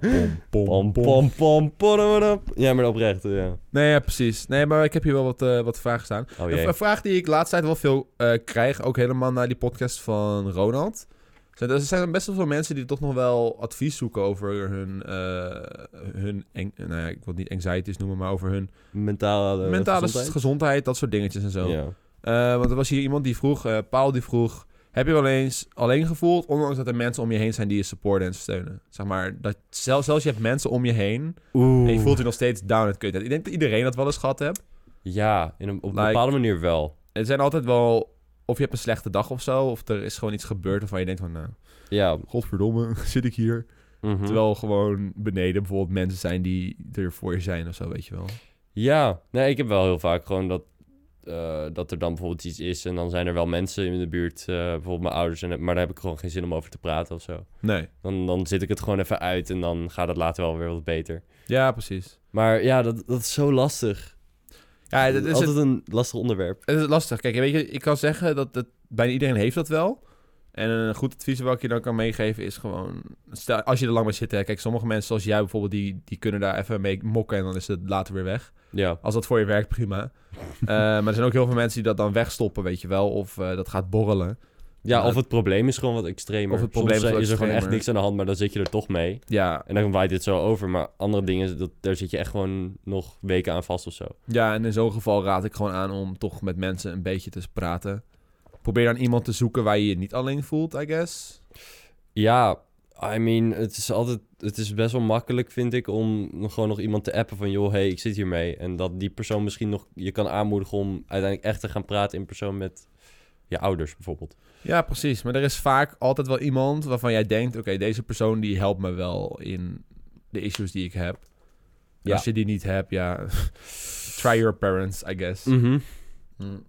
Speaker 1: Pom,
Speaker 2: Pom, pom, pom, pom, Ja, maar oprecht, ja.
Speaker 1: Nee, ja, precies. Nee, maar ik heb hier wel wat, eh, wat vragen staan.
Speaker 2: Oh
Speaker 1: Een v-
Speaker 2: jee.
Speaker 1: Een vraag die ik laatst tijd wel veel eh, krijg, ook helemaal naar die podcast van Ronald. Zijn- Er zijn best wel veel mensen die toch nog wel advies zoeken over hun, eh, hun eng, nou ja, ik wil het niet anxieties noemen, maar over hun
Speaker 2: Mentale eh,
Speaker 1: mentale gezondheid?
Speaker 2: gezondheid.
Speaker 1: dat soort dingetjes en zo.
Speaker 2: Ja.
Speaker 1: Eh, want er was hier iemand die vroeg, eh Paul die vroeg, heb je wel eens alleen gevoeld, ondanks dat er mensen om je heen zijn die je supporten en steunen? Zeg maar, dat zelfs, zelfs je hebt mensen om je heen
Speaker 2: Oeh.
Speaker 1: en je voelt je nog steeds down het kut. Ik denk dat iedereen dat wel eens gehad hebt.
Speaker 2: Ja, in een, op een
Speaker 1: Like-
Speaker 2: bepaalde manier wel.
Speaker 1: Er zijn altijd wel, of je hebt een slechte dag of zo, of er is gewoon iets gebeurd waarvan je denkt van, nou, Mm.
Speaker 2: Ja.
Speaker 1: godverdomme, <laughs> zit ik hier?
Speaker 2: mhm.
Speaker 1: Terwijl gewoon beneden bijvoorbeeld mensen zijn die er voor je zijn of zo, weet je wel.
Speaker 2: Ja, nee, ik heb wel heel vaak gewoon dat, eh, dat er dan bijvoorbeeld iets is en dan zijn er wel mensen in de buurt, eh, bijvoorbeeld mijn ouders, en, maar daar heb ik gewoon geen zin om over te praten of zo.
Speaker 1: Nee.
Speaker 2: Dan, dan zit ik het gewoon even uit en dan gaat het later wel weer wat beter.
Speaker 1: Ja, precies.
Speaker 2: Maar ja, dat, dat is zo lastig.
Speaker 1: Ja, dat
Speaker 2: dat
Speaker 1: is
Speaker 2: is altijd een lastig onderwerp.
Speaker 1: Het is lastig. Kijk, weet je, ik kan zeggen dat het, bijna iedereen heeft dat wel. En een goed advies wat ik je dan kan meegeven is gewoon... Stel, als je er lang mee zit, hè, kijk, sommige mensen zoals jij bijvoorbeeld... Die, die kunnen daar even mee mokken en dan is het later weer weg.
Speaker 2: Ja,
Speaker 1: Als dat voor je werkt, prima. <laughs> Eh, maar er zijn ook heel veel mensen die dat dan wegstoppen, weet je wel. Of eh, dat gaat borrelen.
Speaker 2: ja
Speaker 1: Ja.
Speaker 2: of het probleem is gewoon wat extremer.
Speaker 1: Of het
Speaker 2: Soms
Speaker 1: probleem is
Speaker 2: zijn-
Speaker 1: wat
Speaker 2: is er gewoon echt
Speaker 1: extremer.
Speaker 2: niks aan de hand, maar dan zit je er toch mee.
Speaker 1: Ja,
Speaker 2: En dan waait het zo over. Maar andere dingen, dat, daar zit je echt gewoon nog weken aan vast of zo.
Speaker 1: ja, en in zo'n geval raad ik gewoon aan om toch met mensen een beetje te praten. Probeer dan iemand te zoeken waar je je niet alleen voelt, I guess.
Speaker 2: Ja, I mean, het is altijd, het is best wel makkelijk, vind ik, om nog gewoon nog iemand te appen van, joh, hey, ik zit hiermee. En dat die persoon misschien nog je kan aanmoedigen om uiteindelijk echt te gaan praten in persoon met je ouders bijvoorbeeld.
Speaker 1: Ja, precies. Maar er is vaak altijd wel iemand waarvan jij denkt... oké, deze persoon die helpt me wel in de issues die ik heb. En
Speaker 2: Ja.
Speaker 1: Als je die niet hebt, ja... <laughs> try your parents, I guess.
Speaker 2: Mhm.
Speaker 1: Mm.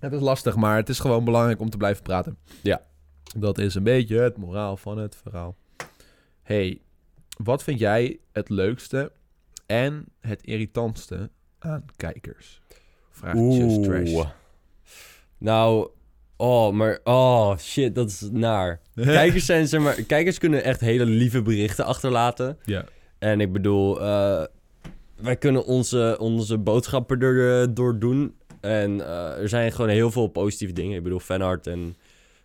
Speaker 1: Het is lastig, maar het is gewoon belangrijk om te blijven praten.
Speaker 2: Ja.
Speaker 1: Dat is een beetje het moraal van het verhaal. hey, wat vind jij het leukste en het irritantste aan kijkers? Vraagt Just Trash.
Speaker 2: Nou, oh, maar, oh, shit, dat is naar. Kijkers zijn, zeg maar, kijkers kunnen echt hele lieve berichten
Speaker 1: <laughs>
Speaker 2: achterlaten.
Speaker 1: Ja.
Speaker 2: En ik bedoel, eh, wij kunnen onze, onze boodschappen er eh, door doen. En eh, er zijn gewoon heel veel positieve dingen. Ik bedoel, fanart en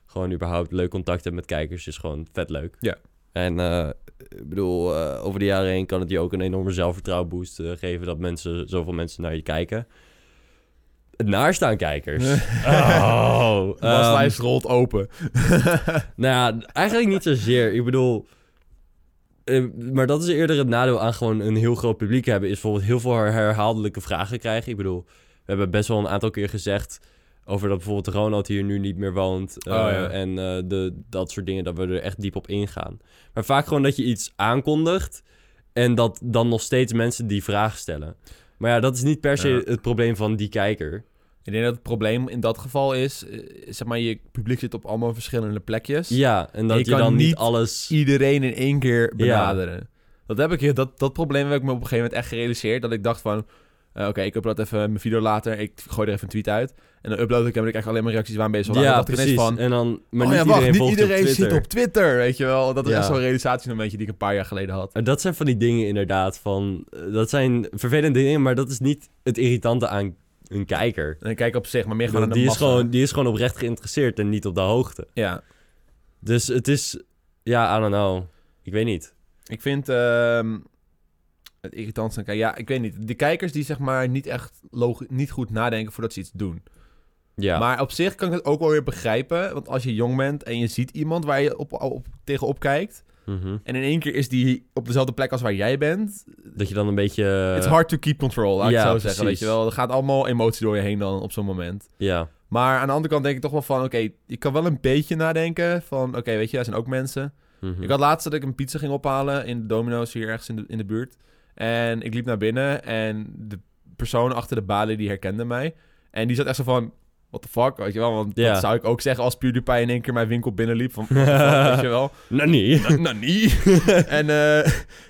Speaker 2: gewoon überhaupt leuk contact hebben met kijkers is gewoon vet leuk.
Speaker 1: Ja.
Speaker 2: En eh, ik bedoel, eh, over de jaren heen kan het je ook een enorme zelfvertrouwen boost eh, geven dat mensen, zoveel mensen naar je kijken. Het naarste aan kijkers. oh, ehm,
Speaker 1: Waslijst rolt open.
Speaker 2: nou ja, eigenlijk niet zozeer. Ik bedoel... eh, Maar dat is eerder het nadeel aan gewoon een heel groot publiek hebben. Is bijvoorbeeld heel veel herhaaldelijke vragen krijgen. Ik bedoel, we hebben best wel een aantal keer gezegd... over dat bijvoorbeeld Ronald hier nu niet meer woont. eh,
Speaker 1: Oh, ja.
Speaker 2: En eh, de, dat soort dingen, dat we er echt diep op ingaan. Maar vaak gewoon dat je iets aankondigt... en dat dan nog steeds mensen die vraag stellen. Maar ja, dat is niet per se
Speaker 1: Ja.
Speaker 2: het probleem van die kijker.
Speaker 1: Ik denk dat het probleem in dat geval is, eh, zeg maar, je publiek zit op allemaal verschillende plekjes.
Speaker 2: Ja, en dat
Speaker 1: Je
Speaker 2: je,
Speaker 1: kan
Speaker 2: dan niet
Speaker 1: niet
Speaker 2: alles...
Speaker 1: Iedereen in één keer benaderen. Dat heb ik, dat, dat probleem heb ik me op een gegeven moment echt gerealiseerd. Dat ik dacht van, eh, oké, ik upload even mijn video later, ik gooi er even een tweet uit. En dan upload ik hem en ik krijg alleen maar reacties waar ben je zo laat.
Speaker 2: Ja,
Speaker 1: dat ik ineens
Speaker 2: precies.
Speaker 1: van,
Speaker 2: en dan, maar
Speaker 1: oh
Speaker 2: niet
Speaker 1: ja, wacht,
Speaker 2: iedereen, volgt
Speaker 1: niet
Speaker 2: je op
Speaker 1: iedereen zit
Speaker 2: Twitter.
Speaker 1: op Twitter, weet je wel. Dat is
Speaker 2: Ja.
Speaker 1: echt zo'n realisatie een beetje die ik een paar jaar geleden had.
Speaker 2: En Dat zijn van die dingen inderdaad. Van, eh, dat zijn vervelende dingen, maar dat is niet het irritante aan een kijker.
Speaker 1: En kijk op zich, maar meer
Speaker 2: Ik
Speaker 1: gewoon
Speaker 2: bedoel,
Speaker 1: aan de
Speaker 2: die, is
Speaker 1: massa.
Speaker 2: gewoon, die is gewoon oprecht geïnteresseerd en niet op de hoogte.
Speaker 1: Ja,
Speaker 2: Dus het is... Ja, I don't know. Ik weet niet.
Speaker 1: ik vind ehm, het irritant zijn kijken. Ja, ik weet niet. De kijkers die zeg maar niet echt logi- niet goed nadenken voordat ze iets doen.
Speaker 2: Ja,
Speaker 1: Maar op zich kan ik het ook wel weer begrijpen. Want als je jong bent en je ziet iemand waar je op, op, tegenop kijkt.
Speaker 2: Mhm.
Speaker 1: En in één keer is die op dezelfde plek als waar jij bent.
Speaker 2: dat je dan een beetje...
Speaker 1: It's hard to keep control, laat ik
Speaker 2: Eh. ja,
Speaker 1: zo zeggen. Weet
Speaker 2: precies.
Speaker 1: je wel, er gaat allemaal emotie door je heen dan op zo'n moment.
Speaker 2: eh, Ja,
Speaker 1: Maar aan de andere kant denk ik toch wel van... Oké, je kan wel een beetje nadenken van... Oké, weet je, daar zijn ook mensen.
Speaker 2: mhm.
Speaker 1: Ik had laatst dat ik een pizza ging ophalen in de Domino's hier ergens in de, in de buurt. En ik liep naar binnen en de persoon achter de balie die herkende mij. En die zat echt zo van... What the fuck, weet je wel? Want
Speaker 2: Ja.
Speaker 1: dat zou ik ook zeggen als PewDiePie in één keer mijn winkel binnenliep.
Speaker 2: <laughs>
Speaker 1: Van, what the fuck, weet je wel? <laughs>
Speaker 2: Nou, nee.
Speaker 1: Nou, nou niet. <laughs> en, eh,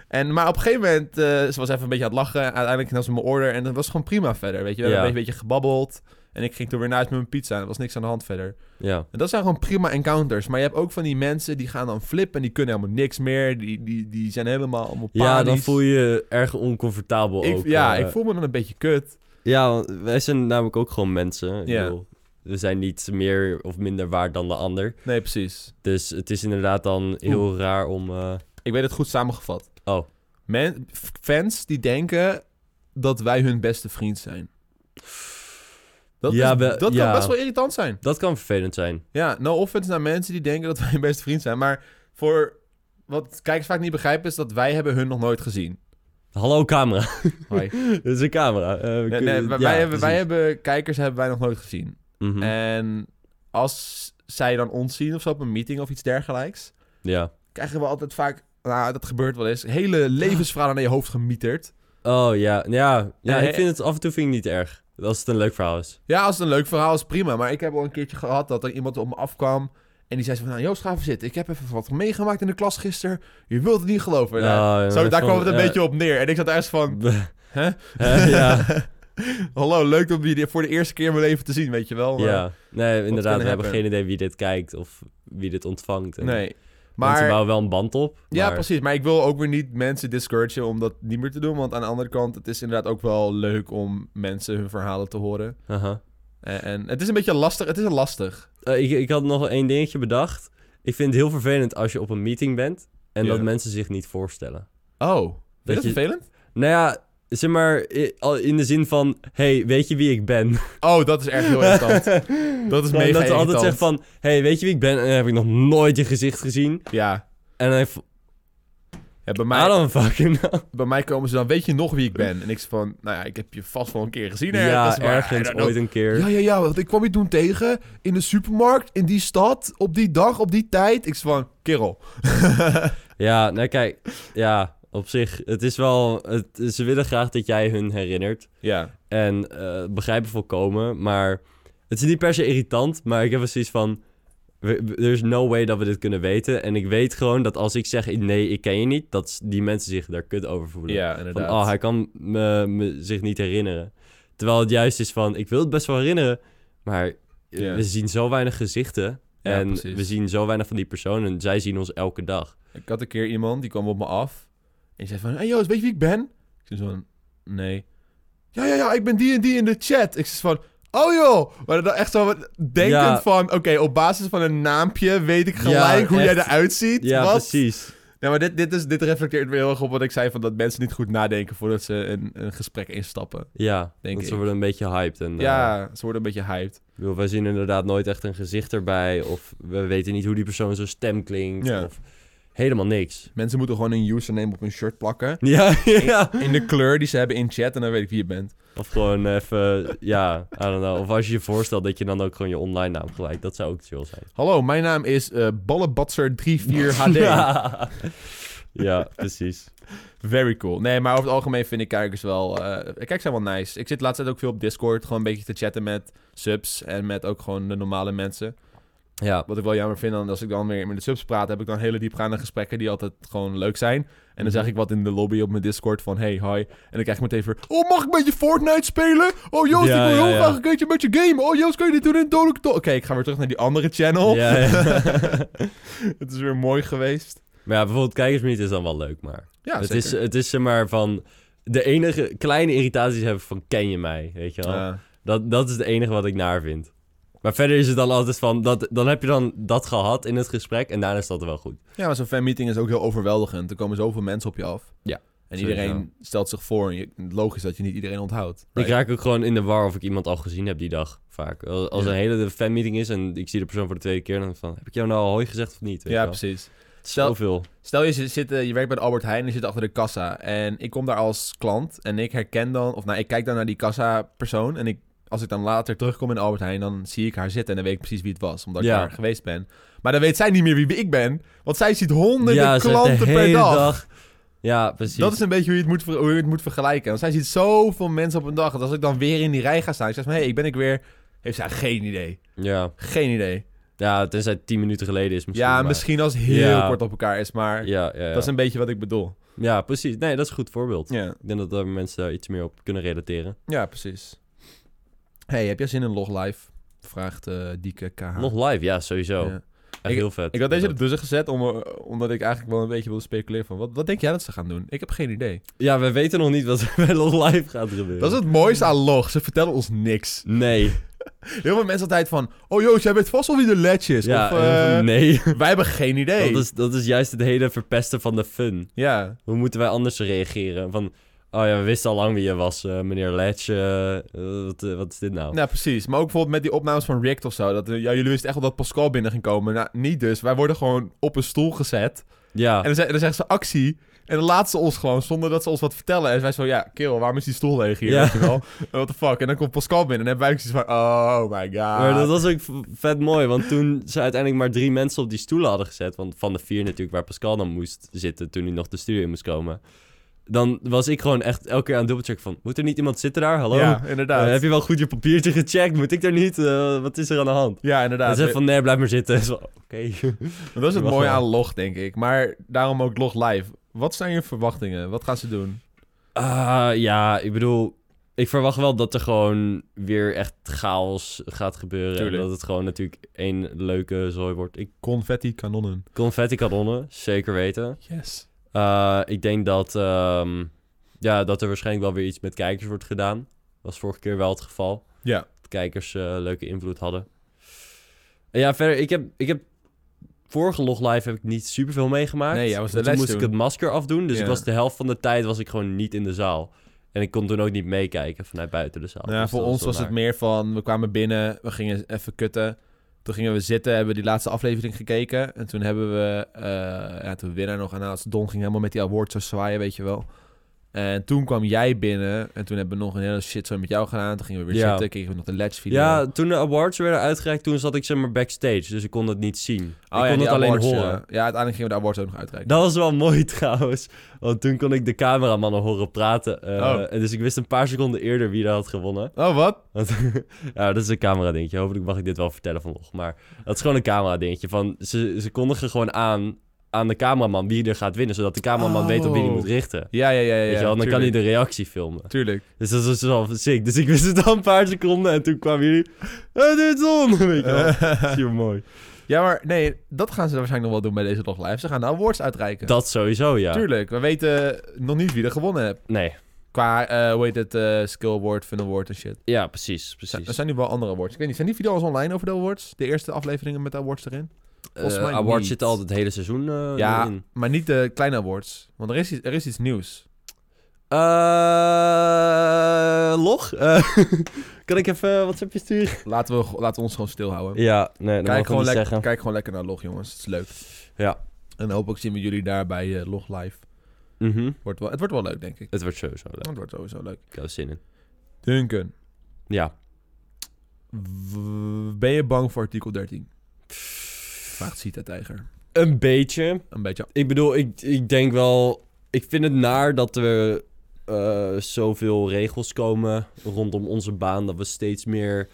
Speaker 1: en, maar op een gegeven moment, eh, ze was even een beetje aan het lachen. Uiteindelijk nam ze mijn order en dat was gewoon prima verder. Weet je, we
Speaker 2: Ja.
Speaker 1: hebben een beetje gebabbeld. En ik ging toen weer naar huis met mijn pizza en er was niks aan de hand verder.
Speaker 2: Ja,
Speaker 1: En dat zijn gewoon prima encounters. Maar je hebt ook van die mensen die gaan dan flippen en die kunnen helemaal niks meer. Die, die, die zijn helemaal allemaal panisch.
Speaker 2: ja dan voel je je erg oncomfortabel
Speaker 1: ik,
Speaker 2: ook.
Speaker 1: Ja,
Speaker 2: eh.
Speaker 1: ik voel me dan een beetje kut.
Speaker 2: Ja, want wij zijn namelijk ook gewoon mensen. Ik
Speaker 1: Ja.
Speaker 2: bedoel, we zijn niet meer of minder waard dan de ander.
Speaker 1: Nee, precies.
Speaker 2: Dus het is inderdaad dan heel raar om... eh,
Speaker 1: Ik weet het goed samengevat.
Speaker 2: Oh.
Speaker 1: Men, f- fans die denken dat wij hun beste vriend zijn. Dat,
Speaker 2: Ja,
Speaker 1: is-
Speaker 2: we-
Speaker 1: dat
Speaker 2: ja.
Speaker 1: kan best wel irritant zijn.
Speaker 2: dat kan vervelend zijn.
Speaker 1: Ja, no offense naar mensen die denken dat wij hun beste vriend zijn. Maar voor wat kijkers vaak niet begrijpen is dat wij hebben hun nog nooit gezien.
Speaker 2: Hallo camera. <laughs>
Speaker 1: Hoi.
Speaker 2: Dit is een camera. Eh, we
Speaker 1: Nee, nee,
Speaker 2: kunnen-
Speaker 1: wij,
Speaker 2: ja,
Speaker 1: wij hebben, wij Eh.
Speaker 2: precies.
Speaker 1: hebben, kijkers hebben wij nog nooit gezien.
Speaker 2: Mhm.
Speaker 1: En als zij dan ons zien of zo op een meeting of iets dergelijks,
Speaker 2: Ja.
Speaker 1: krijgen we altijd vaak, nou dat gebeurt wel eens, hele levensverhalen naar je hoofd gemieterd.
Speaker 2: Oh ja, ja. ja
Speaker 1: Nee,
Speaker 2: ik vind het af en toe vind ik niet erg. Als het een leuk verhaal is.
Speaker 1: Ja, als het een leuk verhaal is, prima. Maar ik heb al een keertje gehad dat er iemand op me afkwam en die zei zo van, nou Joost, ga even zitten. Ik heb even wat meegemaakt in de klas gisteren. Je wilt het niet geloven. Nou,
Speaker 2: Ja,
Speaker 1: zo,
Speaker 2: dat
Speaker 1: daar
Speaker 2: vond-
Speaker 1: kwam het een
Speaker 2: ja.
Speaker 1: beetje op neer. En ik zat ergens van, Hè?
Speaker 2: Hè, <laughs>
Speaker 1: <laughs>
Speaker 2: ja. <laughs>
Speaker 1: Hallo, leuk om je voor de eerste keer in mijn leven te zien, weet je wel. Maar-
Speaker 2: ja. Nee, inderdaad. We
Speaker 1: eh, kunnen
Speaker 2: hebben
Speaker 1: happen.
Speaker 2: geen idee wie dit kijkt of wie dit ontvangt. En
Speaker 1: Nee.
Speaker 2: Mensen
Speaker 1: Maar,
Speaker 2: bouwen wel een band op.
Speaker 1: ja,
Speaker 2: maar-
Speaker 1: precies. Maar ik wil ook weer niet mensen discouragen om dat niet meer te doen. Want aan de andere kant, het is inderdaad ook wel leuk om mensen hun verhalen te horen.
Speaker 2: Aha.
Speaker 1: En, en het is een beetje lastig. Het is lastig.
Speaker 2: Eh, ik, ik had nog één dingetje bedacht. Ik vind het heel vervelend als je op een meeting bent en
Speaker 1: Ja.
Speaker 2: dat mensen zich niet voorstellen.
Speaker 1: Oh, vind je dat
Speaker 2: je-
Speaker 1: vervelend?
Speaker 2: Nou ja, zeg maar i- al in de zin van: hey, weet je wie ik ben?
Speaker 1: Oh, dat is echt heel irritant. Dat is
Speaker 2: Dan
Speaker 1: mega
Speaker 2: <laughs> dat ze altijd
Speaker 1: irritant.
Speaker 2: zeggen van: hey, weet je wie ik ben? En dan heb ik nog nooit je gezicht gezien.
Speaker 1: Ja.
Speaker 2: En dan van,
Speaker 1: ja bij,
Speaker 2: I
Speaker 1: mij,
Speaker 2: don't fucking
Speaker 1: <laughs>
Speaker 2: know.
Speaker 1: bij mij komen ze dan, weet je nog wie ik ben? En ik zeg van, nou ja, ik heb je vast wel een keer gezien. hè? Dat
Speaker 2: ja,
Speaker 1: is waar.
Speaker 2: ergens
Speaker 1: I don't know.
Speaker 2: ooit een keer.
Speaker 1: Ja, ja, ja, want ik kwam je toen tegen in de supermarkt, in die stad, op die dag, op die tijd. Ik zei van, kerel. <laughs>
Speaker 2: Ja, nou kijk, ja, op zich, het is wel, het, ze willen graag dat jij hun herinnert.
Speaker 1: Ja.
Speaker 2: En eh, begrijpen volkomen, maar het is niet per se irritant, maar ik heb wel zoiets van, we- we- there's no way dat we dit kunnen weten. En ik weet gewoon dat als ik zeg, nee, ik ken je niet, dat s- die mensen zich daar kut over voelen.
Speaker 1: Ja,
Speaker 2: van,
Speaker 1: inderdaad.
Speaker 2: oh, hij kan me, me zich niet herinneren. Terwijl het juist is van, ik wil het best wel herinneren, maar eh,
Speaker 1: Ja.
Speaker 2: we zien zo weinig gezichten.
Speaker 1: Ja,
Speaker 2: en
Speaker 1: precies.
Speaker 2: we zien zo weinig van die personen. Zij zien ons elke dag.
Speaker 1: Ik had een keer iemand, die kwam op me af. En die zei van, hey Joost, weet je wie ik ben? Ik zei van, nee. Ja, ja, ja, ik ben die en die in de chat. Ik zei van, oh joh. Maar dan echt zo wat denkend
Speaker 2: Ja.
Speaker 1: van, oké, op basis van een naampje weet ik gelijk
Speaker 2: Ja,
Speaker 1: hoe jij
Speaker 2: echt.
Speaker 1: eruit ziet.
Speaker 2: Ja,
Speaker 1: wat?
Speaker 2: precies.
Speaker 1: Ja, maar dit, dit, is, dit reflecteert weer heel erg op wat ik zei, van dat mensen niet goed nadenken voordat ze een, een gesprek instappen.
Speaker 2: Ja,
Speaker 1: Denk
Speaker 2: want ze
Speaker 1: ik.
Speaker 2: worden een beetje hyped. En, eh,
Speaker 1: Ja, ze worden een beetje hyped.
Speaker 2: ik bedoel, wij zien inderdaad nooit echt een gezicht erbij. Of we weten niet hoe die persoon zijn stem klinkt.
Speaker 1: Ja.
Speaker 2: Of helemaal
Speaker 1: <laughs>
Speaker 2: niks.
Speaker 1: Mensen moeten gewoon een username op hun shirt plakken.
Speaker 2: Ja, ja.
Speaker 1: In de kleur die ze hebben in chat en dan weet ik wie je bent.
Speaker 2: Of gewoon even, ja, I don't know. Of als je je voorstelt dat je dan ook gewoon je online naam gelijk. Dat zou ook chill zijn.
Speaker 1: Hallo, mijn naam is eh
Speaker 2: <laughs>
Speaker 1: Ballenbatser34HD.
Speaker 2: Ja. ja, precies.
Speaker 1: Very cool. Nee, maar over het algemeen vind ik kijkers wel... eh kijkers zijn wel nice. Ik zit laatst tijd ook veel op Discord. Gewoon een beetje te chatten met subs en met ook gewoon de normale mensen.
Speaker 2: Ja,
Speaker 1: Wat ik wel jammer vind, dan, als ik dan weer met de subs praat... heb ik dan hele diepgaande gesprekken die altijd gewoon leuk zijn. En
Speaker 2: Mhm.
Speaker 1: dan zeg ik wat in de lobby op mijn Discord van... Hey, hi. En dan krijg ik meteen weer... Oh, mag ik met je Fortnite spelen? Oh, Joost,
Speaker 2: Ja,
Speaker 1: ik wil
Speaker 2: ja,
Speaker 1: heel
Speaker 2: ja.
Speaker 1: graag een keertje met je game. Oh, Joost, kan je dit doen in Dodelijk Oké, ik ga weer terug naar die andere channel.
Speaker 2: Ja, <laughs> ja.
Speaker 1: <laughs> het is weer mooi geweest.
Speaker 2: maar ja, bijvoorbeeld kijkersmeet is dan wel leuk, maar...
Speaker 1: Ja,
Speaker 2: het, eh,
Speaker 1: zeker.
Speaker 2: is, het is zeg maar van... De enige kleine irritaties hebben van, ken je mij? Weet je wel?
Speaker 1: Ja.
Speaker 2: Dat, dat is het enige wat ik naar vind. Maar verder is het dan altijd van, dat, dan heb je dan dat gehad in het gesprek en daarna is dat wel goed.
Speaker 1: Ja, maar zo'n fanmeeting is ook heel overweldigend. Er komen zoveel mensen op je af.
Speaker 2: Ja,
Speaker 1: En
Speaker 2: sowieso.
Speaker 1: iedereen stelt zich voor. En je- logisch dat je niet iedereen onthoudt.
Speaker 2: Ik raak ook gewoon in de war of ik iemand al gezien heb die dag, vaak. Als als
Speaker 1: Ja.
Speaker 2: een hele fanmeeting is en ik zie de persoon voor de tweede keer, dan van, heb ik jou nou al hoi gezegd of niet? Weet
Speaker 1: Ja,
Speaker 2: je wel.
Speaker 1: precies.
Speaker 2: Het is Zoveel.
Speaker 1: Stel je, zit, zit, eh, je werkt bij de Albert Heijn en je zit achter de kassa. En ik kom daar als klant en ik herken dan... Of nou, ik kijk dan naar die kassa-persoon. En ik, als ik dan later terugkom in de Albert Heijn, dan zie ik haar zitten. En dan weet ik precies wie het was, omdat
Speaker 2: Ja.
Speaker 1: ik daar geweest ben. Maar dan weet zij niet meer wie ik ben. Want zij ziet honderden
Speaker 2: ja, ze heeft
Speaker 1: klanten
Speaker 2: de
Speaker 1: per
Speaker 2: hele
Speaker 1: dag.
Speaker 2: Ja, precies.
Speaker 1: Dat is een beetje hoe je, het moet, ver- hoe je het moet vergelijken. Want zij ziet zoveel mensen op een dag. Dat als ik dan weer in die rij ga staan, ik zeg maar, hé, hey, ik ben ik weer. Heeft zij geen idee.
Speaker 2: Ja.
Speaker 1: Geen idee.
Speaker 2: ja, tenzij het tien minuten geleden is misschien.
Speaker 1: ja,
Speaker 2: maar-
Speaker 1: misschien als het heel
Speaker 2: Ja.
Speaker 1: kort op elkaar is, maar
Speaker 2: Ja, ja, ja.
Speaker 1: dat is een beetje wat ik bedoel.
Speaker 2: ja, precies. Nee, dat is een goed voorbeeld.
Speaker 1: Ja,
Speaker 2: Ik denk dat daar mensen daar iets meer op kunnen relateren.
Speaker 1: ja precies. hey, heb jij zin in Log Live? Vraagt eh Dieke KH.
Speaker 2: Nog live, ja, sowieso.
Speaker 1: Ja.
Speaker 2: Echt heel vet.
Speaker 1: Ik had deze
Speaker 2: Dat-
Speaker 1: er tussen gezet om, eh, omdat ik eigenlijk wel een beetje wilde speculeren van... Wat, wat denk jij dat ze gaan doen? Ik heb geen idee.
Speaker 2: Ja, we weten nog niet wat er bij Nog Live gaat gebeuren.
Speaker 1: Dat is het mooiste aan Log. Ze vertellen ons niks.
Speaker 2: Nee.
Speaker 1: Heel veel mensen altijd van... Oh Joost, jij weet vast wel wie de ledge is.
Speaker 2: Ja,
Speaker 1: of,
Speaker 2: heel veel
Speaker 1: eh,
Speaker 2: <laughs> nee.
Speaker 1: Wij hebben geen idee.
Speaker 2: Dat, is, dat is juist het hele verpesten van de fun.
Speaker 1: Ja,
Speaker 2: Hoe moeten wij anders reageren? Van, oh ja, we wisten al lang wie je was, eh, meneer Letch. eh, eh, wat, eh, wat is dit nou?
Speaker 1: nou precies. Maar ook bijvoorbeeld met die opnames van Rick of zo. Dat, eh, ja, jullie wisten echt wel dat Pascal binnen ging komen. Nou, niet dus. Wij worden gewoon op een stoel gezet.
Speaker 2: Ja.
Speaker 1: En dan, ze- dan zeggen ze actie. En dan laten ze ons gewoon zonder dat ze ons wat vertellen. En wij zo, ja, kerel, waarom is die stoel leeg hier?
Speaker 2: Ja.
Speaker 1: Weet je wel? What the fuck? En dan komt Pascal binnen. En dan hebben wij ook zoiets van, oh my god.
Speaker 2: Maar dat was ook v- vet mooi, want toen ze uiteindelijk maar drie mensen op die stoelen hadden gezet, want van de vier natuurlijk waar Pascal dan moest zitten toen hij nog de studio in moest komen, dan was ik gewoon echt elke keer aan het dubbelchecken van, moet er niet iemand zitten daar? Hallo?
Speaker 1: Ja,
Speaker 2: Eh,
Speaker 1: inderdaad.
Speaker 2: heb je wel goed je papiertje gecheckt? Moet ik daar niet? Eh, wat is er aan de hand?
Speaker 1: Ja,
Speaker 2: En
Speaker 1: inderdaad.
Speaker 2: ze van, nee, blijf maar zitten. <laughs> Zo, Oké.
Speaker 1: Dat is het
Speaker 2: Wacht
Speaker 1: mooie
Speaker 2: wel.
Speaker 1: aan log, denk ik. Maar daarom ook log live. Wat zijn je verwachtingen? Wat gaan ze doen?
Speaker 2: Ah, ja, ik bedoel, ik verwacht wel dat er gewoon weer echt chaos gaat gebeuren. En
Speaker 1: Tuurlijk.
Speaker 2: dat het gewoon natuurlijk één leuke zooi wordt. Ik,
Speaker 1: Confetti kanonnen.
Speaker 2: confetti kanonnen, zeker weten.
Speaker 1: Yes.
Speaker 2: Eh, ik denk dat, ehm, ja, dat er waarschijnlijk wel weer iets met kijkers wordt gedaan. Was vorige keer wel het geval.
Speaker 1: Ja.
Speaker 2: Dat kijkers eh, leuke invloed hadden. En ja, verder, ik heb, ik heb vorige log live heb ik niet superveel meegemaakt.
Speaker 1: Nee, jij was de
Speaker 2: Want Toen
Speaker 1: les
Speaker 2: moest ik
Speaker 1: toen.
Speaker 2: het masker afdoen, dus
Speaker 1: Ja.
Speaker 2: ik was de helft van de tijd was ik gewoon niet in de zaal. En ik kon toen ook niet meekijken vanuit buiten de zaal.
Speaker 1: Nou, ja,
Speaker 2: Dus
Speaker 1: voor
Speaker 2: dat
Speaker 1: ons
Speaker 2: wel
Speaker 1: was het
Speaker 2: naar.
Speaker 1: meer van, we kwamen binnen, we gingen even kutten. Toen gingen we zitten, hebben we die laatste aflevering gekeken. En toen hebben we, eh, ja, toen winnaar nog aan had. Don ging helemaal met die award zo zwaaien, weet je wel. En toen kwam jij binnen en toen hebben we nog een hele shit zo met jou gedaan. Toen gingen we weer
Speaker 2: Ja.
Speaker 1: zitten, kregen we nog de ledge video. Oh
Speaker 2: Ja, toen de awards werden uitgereikt, toen zat ik zeg maar backstage, dus ik kon dat niet zien.
Speaker 1: Oh
Speaker 2: ik
Speaker 1: ja,
Speaker 2: kon
Speaker 1: die
Speaker 2: het alleen
Speaker 1: awards, eh,
Speaker 2: horen.
Speaker 1: ja, uiteindelijk gingen we de awards ook nog uitreiken.
Speaker 2: Dat was wel <laughs> mooi trouwens. Want toen kon ik de cameramannen horen praten. eh,
Speaker 1: Oh.
Speaker 2: En dus ik wist een paar seconden eerder wie er had gewonnen.
Speaker 1: Oh, wat?
Speaker 2: Want, ja, dat <laughs> is een camera dingetje. Hopelijk mag ik dit wel vertellen vanochtend. Maar dat is gewoon een camera dingetje. Van, ze, ze kondigen gewoon aan aan de cameraman wie er gaat winnen. Zodat de cameraman
Speaker 1: Oh.
Speaker 2: weet op wie hij moet richten.
Speaker 1: Ja, ja, ja. ja
Speaker 2: Weet je wel, dan kan
Speaker 1: tuurlijk,
Speaker 2: hij de reactie filmen.
Speaker 1: Tuurlijk.
Speaker 2: Dus dat was wel sick. Dus ik wist het al een paar seconden. En toen kwamen jullie... "Eh, dit is on! <laughs> Weet je
Speaker 1: Eh.
Speaker 2: wel. Super mooi.
Speaker 1: <laughs> ja, maar nee, dat gaan ze waarschijnlijk nog wel doen bij deze nog live. Ze gaan de awards uitreiken.
Speaker 2: Dat sowieso, ja.
Speaker 1: Tuurlijk, we weten nog niet wie er gewonnen heeft.
Speaker 2: Nee.
Speaker 1: Qua, eh, hoe heet het, eh, skill award, fun award en shit.
Speaker 2: Ja, precies.
Speaker 1: Zijn-
Speaker 2: precies.
Speaker 1: Er zijn nu wel andere awards. Ik weet niet, zijn die video's online over de awards? De eerste afleveringen met de awards erin? Volgens
Speaker 2: Eh,
Speaker 1: mij
Speaker 2: awards
Speaker 1: niet.
Speaker 2: zitten altijd het hele seizoen eh,
Speaker 1: Ja.
Speaker 2: in.
Speaker 1: Maar niet de kleine awards. Want er is, iets- er is iets nieuws.
Speaker 2: Eh, log? Eh, <laughs> kan ik even eh, WhatsAppje sturen?
Speaker 1: Laten we, laten we ons gewoon stilhouden.
Speaker 2: Ja, nee, dat
Speaker 1: kijk,
Speaker 2: mag ik
Speaker 1: gewoon
Speaker 2: niet
Speaker 1: lekker,
Speaker 2: zeggen.
Speaker 1: kijk gewoon lekker naar Log, jongens. Het is leuk.
Speaker 2: Ja.
Speaker 1: En hopelijk zien we jullie daar bij eh, Log Live.
Speaker 2: Mhm.
Speaker 1: Wordt wel, het wordt wel leuk, denk ik.
Speaker 2: Het wordt sowieso leuk.
Speaker 1: Het wordt sowieso leuk.
Speaker 2: Ik heb er zin in.
Speaker 1: Duncan,
Speaker 2: Ja.
Speaker 1: w- ben je bang voor artikel 13? Vraagt Sita Tijger.
Speaker 2: Een beetje.
Speaker 1: Een beetje.
Speaker 2: Ik bedoel, ik, ik denk wel... Ik vind het naar dat er eh, zoveel regels komen rondom onze baan. Dat we steeds meer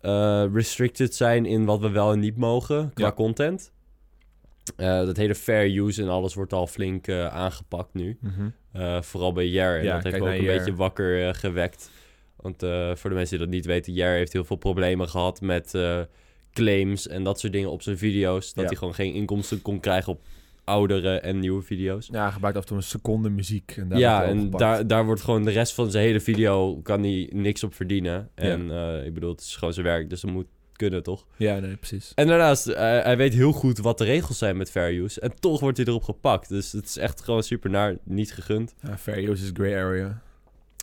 Speaker 2: eh, restricted zijn in wat we wel en niet mogen qua
Speaker 1: Ja.
Speaker 2: content. Eh, dat hele fair use en alles wordt al flink eh, aangepakt nu.
Speaker 1: Mhm.
Speaker 2: Eh, vooral bij Jer. En
Speaker 1: Ja,
Speaker 2: dat heeft
Speaker 1: kijk
Speaker 2: me ook
Speaker 1: naar
Speaker 2: een
Speaker 1: Jer.
Speaker 2: beetje wakker eh, gewekt. Want eh, voor de mensen die dat niet weten, Jer heeft heel veel problemen gehad met eh, claims en dat soort dingen op zijn video's. Dat
Speaker 1: Ja.
Speaker 2: hij gewoon geen inkomsten kon krijgen op oudere en nieuwe video's.
Speaker 1: Ja, hij gebruikt af en toe een seconde muziek. En daar
Speaker 2: ja,
Speaker 1: wordt hij
Speaker 2: en
Speaker 1: opgepakt.
Speaker 2: daar, daar wordt gewoon de rest van zijn hele video, kan hij niks op verdienen. En eh, ik bedoel, het is gewoon zijn werk, dus dat moet kunnen, toch?
Speaker 1: Ja, nee, precies.
Speaker 2: En daarnaast, eh, hij weet heel goed wat de regels zijn met fair use. En toch wordt hij erop gepakt. Dus het is echt gewoon super naar, niet gegund.
Speaker 1: Ja, fair use is grey area.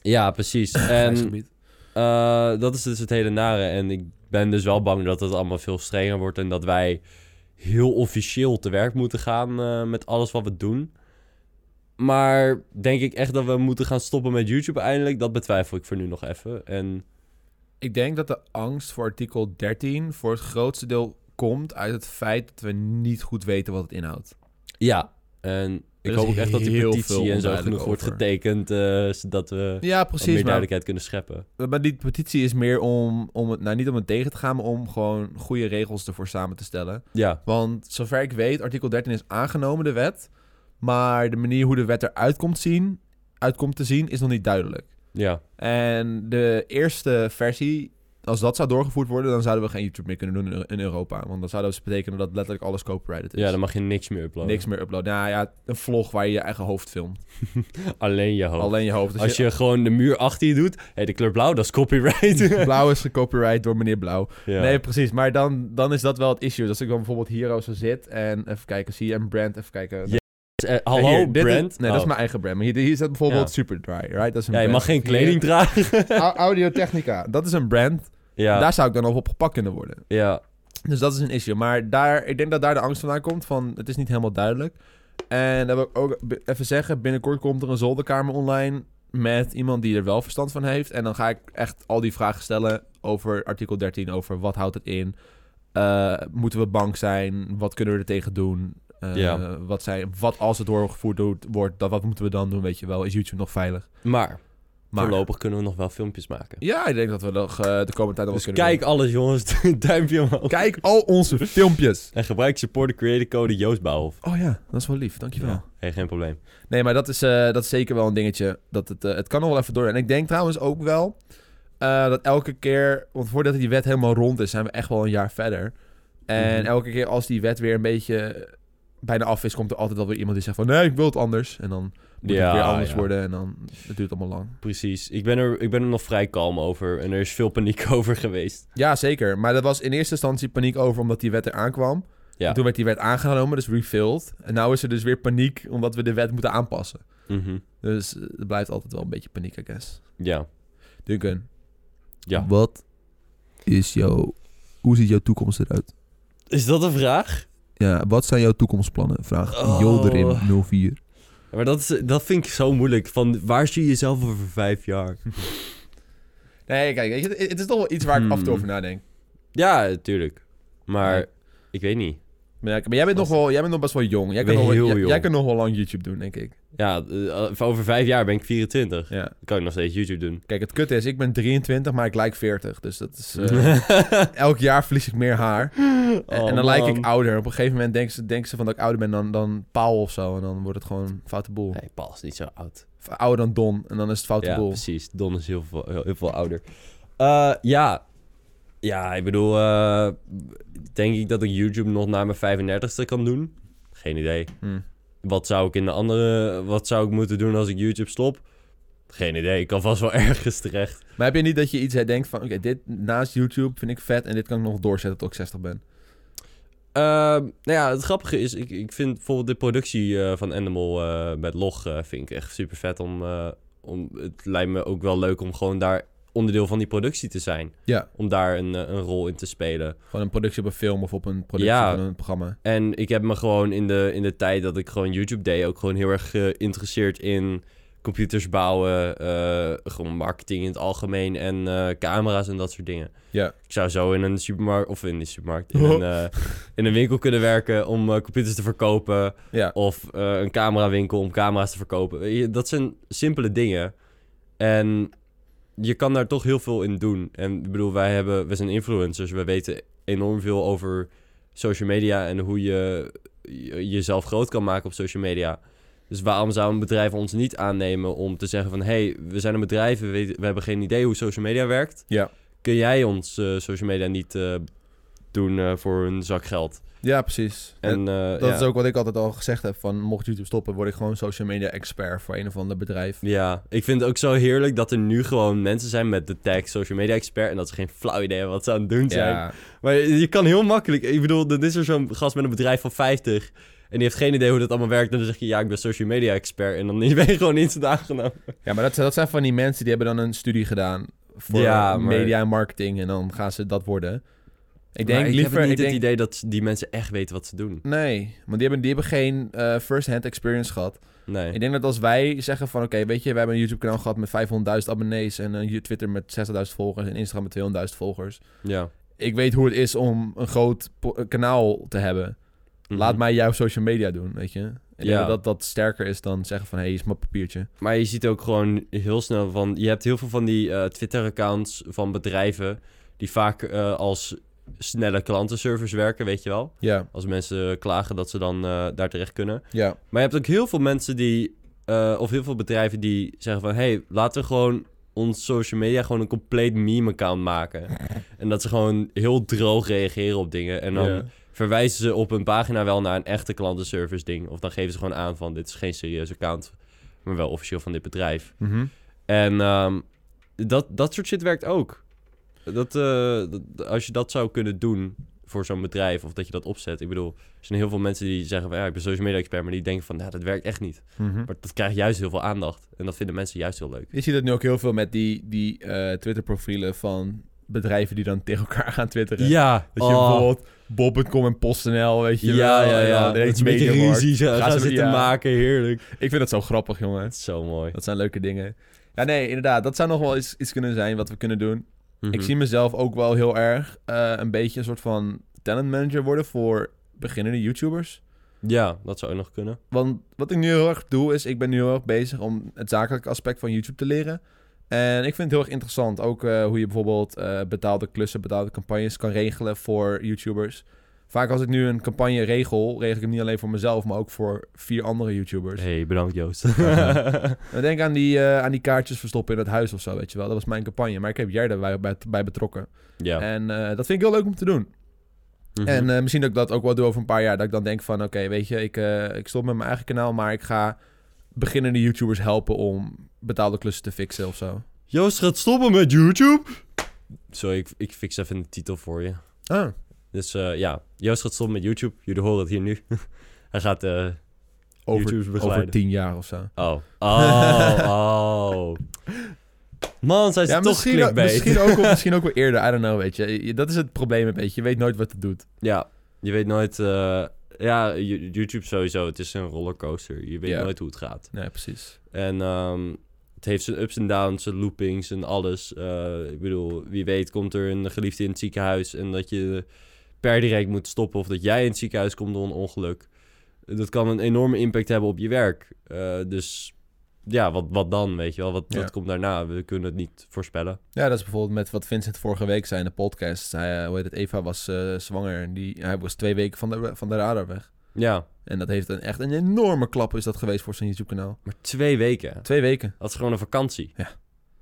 Speaker 2: Ja, precies.
Speaker 1: Grijs
Speaker 2: En
Speaker 1: gebied.
Speaker 2: Eh, dat is dus het hele nare. En ik ben dus wel bang dat het allemaal veel strenger wordt. En dat wij heel officieel te werk moeten gaan eh, met alles wat we doen. Maar denk ik echt dat we moeten gaan stoppen met YouTube eindelijk? Dat betwijfel ik voor nu nog even. En
Speaker 1: Ik denk dat de angst voor artikel 13 voor het grootste deel komt uit het feit dat we niet goed weten wat het inhoudt.
Speaker 2: ja, en ik
Speaker 1: is
Speaker 2: hoop ook echt dat die
Speaker 1: heel
Speaker 2: petitie
Speaker 1: veel
Speaker 2: en zo
Speaker 1: onduidelijk
Speaker 2: genoeg wordt
Speaker 1: over.
Speaker 2: getekend. eh, zodat we
Speaker 1: Ja,
Speaker 2: wat
Speaker 1: precies.
Speaker 2: meer
Speaker 1: Maar,
Speaker 2: duidelijkheid kunnen scheppen.
Speaker 1: maar die petitie is meer om, om het, nou niet om het tegen te gaan, maar om gewoon goede regels ervoor samen te stellen.
Speaker 2: Ja,
Speaker 1: Want zover ik weet, artikel 13 is aangenomen, de wet. Maar de manier hoe de wet eruit komt, zien, uitkomt te zien, is nog niet duidelijk.
Speaker 2: ja,
Speaker 1: En de eerste versie, als dat zou doorgevoerd worden, dan zouden we geen YouTube meer kunnen doen in- in Europa. Want dan zou dat dus betekenen dat letterlijk alles copyrighted is.
Speaker 2: ja, dan mag je niks meer uploaden.
Speaker 1: Dus- Niks meer uploaden. Nou ja, een vlog waar je je eigen hoofd filmt.
Speaker 2: Alleen je hoofd.
Speaker 1: Alleen je hoofd. Dus
Speaker 2: Als je gewoon de muur achter je doet, hey, de kleur blauw, dat is
Speaker 1: <laughs>
Speaker 2: copyright.
Speaker 1: Blauw is gecopyright door meneer Blauw.
Speaker 2: Ja.
Speaker 1: Nee, precies. Maar dan, dan is dat wel het issue. Dus als ik dan bijvoorbeeld hier zo zit en even kijken, zie je een brand, even kijken.
Speaker 2: Ja, Eh, hallo,
Speaker 1: Hier, dit is-
Speaker 2: brand?
Speaker 1: nee, dat is
Speaker 2: Oh.
Speaker 1: mijn eigen brand. Maar hier, hier staat bijvoorbeeld
Speaker 2: Ja.
Speaker 1: Superdry, right? Dat is een
Speaker 2: Ja, je
Speaker 1: brand.
Speaker 2: mag geen kleding
Speaker 1: Hier,
Speaker 2: dragen.
Speaker 1: <laughs> Au- Audio-technica, dat is een brand.
Speaker 2: ja,
Speaker 1: Daar zou ik dan op, op gepakt kunnen worden.
Speaker 2: ja,
Speaker 1: Dus dat is een issue. Maar daar, ik denk dat daar de angst vandaan komt van het is niet helemaal duidelijk. En dat wil ik ook be- even zeggen, binnenkort komt er een zolderkamer online met iemand die er wel verstand van heeft. En dan ga ik echt al die vragen stellen over artikel 13, over wat houdt het in? Eh, moeten we bang zijn? Wat kunnen we er tegen doen? Eh,
Speaker 2: Ja.
Speaker 1: wat, zijn, wat als het doorgevoerd doet- wordt, dat, wat moeten we dan doen, weet je wel? Is YouTube nog veilig?
Speaker 2: Maar,
Speaker 1: Maar
Speaker 2: voorlopig kunnen we nog wel filmpjes maken.
Speaker 1: ja, ik denk dat we nog eh, de komende tijd nog
Speaker 2: dus
Speaker 1: wat kunnen
Speaker 2: kijk alles, jongens. <laughs> Duimpje omhoog.
Speaker 1: doen. Kijk al onze filmpjes!
Speaker 2: En gebruik support de creator code Joost Bouwhof.
Speaker 1: Oh ja, dat is wel lief, dankjewel.
Speaker 2: Ja. Hey, geen probleem.
Speaker 1: Nee, maar dat is, eh, dat is zeker wel een dingetje. Dat het, eh, het kan nog wel even door. En ik denk trouwens ook wel eh, dat elke keer... Want voordat die wet helemaal rond is, zijn we echt wel een jaar verder. En
Speaker 2: Mhm.
Speaker 1: elke keer als die wet weer een beetje bijna af is... komt er altijd wel weer iemand die zegt van... Nee, ik wil het anders. En dan moet het weer anders
Speaker 2: ja,
Speaker 1: worden. En dan het duurt allemaal lang.
Speaker 2: Precies. Ik ben, er, ik ben er nog vrij kalm over. En er is veel paniek <laughs> over geweest.
Speaker 1: Ja, zeker. Maar er was in eerste instantie paniek over... omdat die wet eraan kwam.
Speaker 2: Ja.
Speaker 1: En toen werd die wet aangenomen, dus refilled. En nu is er dus weer paniek omdat we de wet moeten aanpassen.
Speaker 2: Mhm.
Speaker 1: Dus eh, er blijft altijd wel een beetje paniek, I guess.
Speaker 2: Ja.
Speaker 1: Duncan.
Speaker 2: Ja.
Speaker 1: Wat is jouw... Hoe ziet jouw toekomst eruit?
Speaker 2: Is dat een vraag?
Speaker 1: Ja, wat zijn jouw toekomstplannen? Vraag
Speaker 2: Oh.
Speaker 1: Jolderin 04.
Speaker 2: Maar dat, is, dat vind ik zo moeilijk. Van, waar zie je jezelf over vijf jaar?
Speaker 1: Nee, kijk, weet je, het- het is toch wel iets waar ik
Speaker 2: Hmm.
Speaker 1: af en toe over nadenk.
Speaker 2: Ja, tuurlijk. Maar,
Speaker 1: Nee.
Speaker 2: ik weet niet.
Speaker 1: Maar, ja, maar jij, bent nog wel, jij bent nog best wel jong. Jij
Speaker 2: Ik
Speaker 1: kan,
Speaker 2: ben
Speaker 1: nog,
Speaker 2: heel
Speaker 1: wel- jij,
Speaker 2: jong.
Speaker 1: jij kan nog wel lang YouTube doen, denk ik.
Speaker 2: Ja, eh, over vijf jaar ben ik 24.
Speaker 1: Ja.
Speaker 2: Dan kan ik nog steeds YouTube doen.
Speaker 1: Kijk, het kut is, ik ben 23, maar ik lijk 40. Dus dat is... eh,
Speaker 2: <laughs>
Speaker 1: elk jaar verlies ik meer haar. En,
Speaker 2: Oh,
Speaker 1: en dan lijk ik ouder. Op een gegeven moment denken ze, denken ze van dat ik ouder ben dan, dan Paul of zo. En dan wordt het gewoon een foute boel.
Speaker 2: Nee, Paul is niet zo oud.
Speaker 1: Of Ouder dan Don. En dan is het foute
Speaker 2: ja,
Speaker 1: boel.
Speaker 2: precies. Don is heel veel, heel, heel veel ouder. Eh, ja. Ja, ik bedoel... eh, denk ik dat ik YouTube nog na mijn 35ste kan doen? Geen idee.
Speaker 1: Hmm.
Speaker 2: Wat zou ik in de andere... Wat zou ik moeten doen als ik YouTube stop? Geen idee. Ik kan vast wel <laughs> ergens terecht.
Speaker 1: Maar heb je niet dat je iets denkt van... Oké, dit naast YouTube vind ik vet en dit kan ik nog doorzetten tot ik 60 ben.
Speaker 2: Eh, nou ja, het grappige is... Ik, ik vind bijvoorbeeld de productie eh, van Animal eh, met Log... eh, vind ik echt super vet om, eh, om... Het lijkt me ook wel leuk om gewoon daar onderdeel van die productie te zijn.
Speaker 1: Ja.
Speaker 2: Om daar een, eh, een rol in te spelen.
Speaker 1: Gewoon een productie op een film of op een productie
Speaker 2: Ja.
Speaker 1: van een programma.
Speaker 2: En ik heb me gewoon in de, in de tijd dat ik gewoon YouTube deed... ook gewoon heel erg geïnteresseerd in computers bouwen... eh, gewoon marketing in het algemeen en eh, camera's en dat soort dingen.
Speaker 1: Ja.
Speaker 2: Ik zou zo in een supermarkt... of in de supermarkt... in, een, eh, in een winkel kunnen werken om eh, computers te verkopen...
Speaker 1: Ja.
Speaker 2: of eh, een camerawinkel om camera's te verkopen. Weet je, Dat zijn simpele dingen. En je kan daar toch heel veel in doen. En ik bedoel, wij, hebben, we zijn influencers. We weten enorm veel over social media en hoe je, je- jezelf groot kan maken op social media. Dus waarom zou een bedrijf ons niet aannemen om te zeggen van... hey, we zijn een bedrijf, we, weten- we hebben geen idee hoe social media werkt.
Speaker 1: Ja.
Speaker 2: Kun jij ons eh, social media niet eh, doen eh, voor een zak geld.
Speaker 1: Ja, precies. En,
Speaker 2: En, eh,
Speaker 1: dat
Speaker 2: ja.
Speaker 1: is ook wat ik altijd al gezegd heb. Van, mocht YouTube stoppen, word ik gewoon social media expert voor een of ander bedrijf.
Speaker 2: Ja, ik vind het ook zo heerlijk dat er nu gewoon mensen zijn met de tag social media expert en dat ze geen flauw idee hebben wat ze aan het doen zijn.
Speaker 1: Ja,
Speaker 2: Maar je je kan heel makkelijk, ik bedoel, dan is er zo'n gast met een bedrijf van 50 en die heeft geen idee hoe dat allemaal werkt. En dan zeg je, ja, ik ben social media expert en dan <laughs> ben je gewoon instant aangenomen.
Speaker 1: ja maar dat, dat zijn van die mensen die hebben dan een studie gedaan voor
Speaker 2: Ja, maar-
Speaker 1: media en marketing. En dan gaan ze dat worden. Ik denk
Speaker 2: Maar ik
Speaker 1: liever...
Speaker 2: heb niet
Speaker 1: ik
Speaker 2: het
Speaker 1: denk,
Speaker 2: idee dat die mensen echt weten wat ze doen.
Speaker 1: Nee, want die hebben, die hebben geen eh, first-hand experience gehad.
Speaker 2: Nee.
Speaker 1: Ik denk dat als wij zeggen van... Oké, weet je, we hebben een YouTube-kanaal gehad met 500.000 abonnees... en een Twitter met 60.000 volgers en Instagram met 200.000 volgers.
Speaker 2: Ja.
Speaker 1: Ik weet hoe het is om een groot po- eh, kanaal te hebben. Laat
Speaker 2: Mhm.
Speaker 1: mij jouw social media doen, weet je. Ik denk
Speaker 2: Ja.
Speaker 1: dat dat dat sterker is dan zeggen van... Hé, hey, is mijn papiertje.
Speaker 2: Maar je ziet ook gewoon heel snel van... Je hebt heel veel van die eh, Twitter-accounts van bedrijven... die vaak eh, als snelle klantenservice werken, weet je wel.
Speaker 1: Ja,
Speaker 2: Als mensen klagen dat ze dan eh, daar terecht kunnen.
Speaker 1: ja.
Speaker 2: Maar je hebt ook heel veel mensen die... eh, of heel veel bedrijven die zeggen van... hey, laten we gewoon ons social media gewoon een compleet meme-account maken. en dat ze gewoon heel droog reageren op dingen. En dan
Speaker 1: Ja.
Speaker 2: verwijzen ze op hun pagina wel naar een echte klantenservice ding. Of dan geven ze gewoon aan van dit is geen serieus account, maar wel officieel van dit bedrijf.
Speaker 1: Mhm.
Speaker 2: En ehm, dat, dat soort shit werkt ook. Dat, eh, dat- als je dat zou kunnen doen voor zo'n bedrijf of dat je dat opzet. Ik bedoel, er zijn heel veel mensen die zeggen van ja, ik ben social media expert, maar die denken van nou, dat werkt echt niet.
Speaker 1: Mhm.
Speaker 2: Maar dat krijgt juist heel veel aandacht en dat vinden mensen juist heel leuk.
Speaker 1: Je ziet het nu ook heel veel met die, die eh, Twitter-profielen van bedrijven... die dan <laughs> tegen elkaar gaan twitteren.
Speaker 2: Ja, Oh.
Speaker 1: Dat je bijvoorbeeld bob.com en PostNL, weet je
Speaker 2: ja,
Speaker 1: wel.
Speaker 2: ja,
Speaker 1: en
Speaker 2: ja.
Speaker 1: dan direct
Speaker 2: Dat is een beetje
Speaker 1: Mediamarkt.
Speaker 2: ruzie zo-
Speaker 1: Gaan
Speaker 2: gaan
Speaker 1: ze-
Speaker 2: zitten
Speaker 1: ja.
Speaker 2: maken, heerlijk.
Speaker 1: Ik vind dat zo grappig, jongen.
Speaker 2: Dat is zo mooi.
Speaker 1: Dat zijn leuke dingen. Ja, nee, inderdaad. Dat zou nog wel iets, iets kunnen zijn wat we kunnen doen. Ik
Speaker 2: Mhm.
Speaker 1: zie mezelf ook wel heel erg eh, een beetje een soort van talent manager worden voor beginnende YouTubers.
Speaker 2: Ja, dat zou ook nog kunnen.
Speaker 1: Want wat ik nu heel erg doe is, ik ben nu heel erg bezig om het zakelijke aspect van YouTube te leren. En ik vind het heel erg interessant. Ook eh, hoe je bijvoorbeeld eh, betaalde klussen, betaalde campagnes kan regelen voor YouTubers. Vaak als ik nu een campagne regel, regel ik hem niet alleen voor mezelf, maar ook voor vier andere YouTubers.
Speaker 2: hey, bedankt Joost.
Speaker 1: Nou, Denk aan die, eh, aan die kaartjes verstoppen in het huis of zo, weet je wel. Dat was mijn campagne, maar ik heb jij daarbij bij, bij betrokken.
Speaker 2: <laughs> ja.
Speaker 1: En eh, dat vind ik heel leuk om te doen.
Speaker 2: Mhm.
Speaker 1: En eh, misschien dat ik dat ook wel doe over een paar jaar. Dat ik dan denk van, oké, weet je, ik, eh, ik stop met mijn eigen kanaal, maar ik ga beginnende YouTubers helpen om betaalde klussen te fixen of zo.
Speaker 2: Joost gaat stoppen met YouTube. Sorry, ik, ik fix even de titel voor je.
Speaker 1: Ah,
Speaker 2: Dus eh, ja, Joost gaat stoppen met YouTube. Jullie horen het hier nu. <laughs> Hij gaat... eh YouTubers
Speaker 1: over,
Speaker 2: begeleiden.
Speaker 1: over tien jaar of zo.
Speaker 2: Oh.
Speaker 1: <laughs>
Speaker 2: Oh, oh. Man, zijn ze toch
Speaker 1: misschien, ook,
Speaker 2: clickbait.
Speaker 1: misschien, ook
Speaker 2: <laughs>
Speaker 1: wel, misschien ook wel eerder. I don't know, weet je. Je- Dat is het probleem een beetje. Je weet nooit wat het doet.
Speaker 2: Ja, je weet nooit... eh, ja, Yo- YouTube sowieso. Het is een rollercoaster. Je weet
Speaker 1: Ja.
Speaker 2: nooit hoe het gaat.
Speaker 1: Nee, precies.
Speaker 2: En ehm, het heeft zijn ups en downs, zijn loopings en alles. Eh, ik bedoel, wie weet komt er een geliefde in het ziekenhuis en dat je per direct moet stoppen of dat jij in het ziekenhuis komt door een ongeluk. Dat kan een enorme impact hebben op je werk. Eh, dus ja, wat, wat dan, weet je wel? Wat,
Speaker 1: Ja.
Speaker 2: wat komt daarna? We kunnen het niet voorspellen.
Speaker 1: Ja, dat is bijvoorbeeld met wat Vincent vorige week zei in de podcast. Hij, eh, hoe heet het, Eva was eh, zwanger en die, hij was twee weken van de, van de radar weg.
Speaker 2: Ja,
Speaker 1: En dat heeft een, echt een enorme klap is dat geweest voor zijn YouTube-kanaal.
Speaker 2: maar twee weken.
Speaker 1: Twee weken.
Speaker 2: Dat is gewoon een vakantie.
Speaker 1: Ja.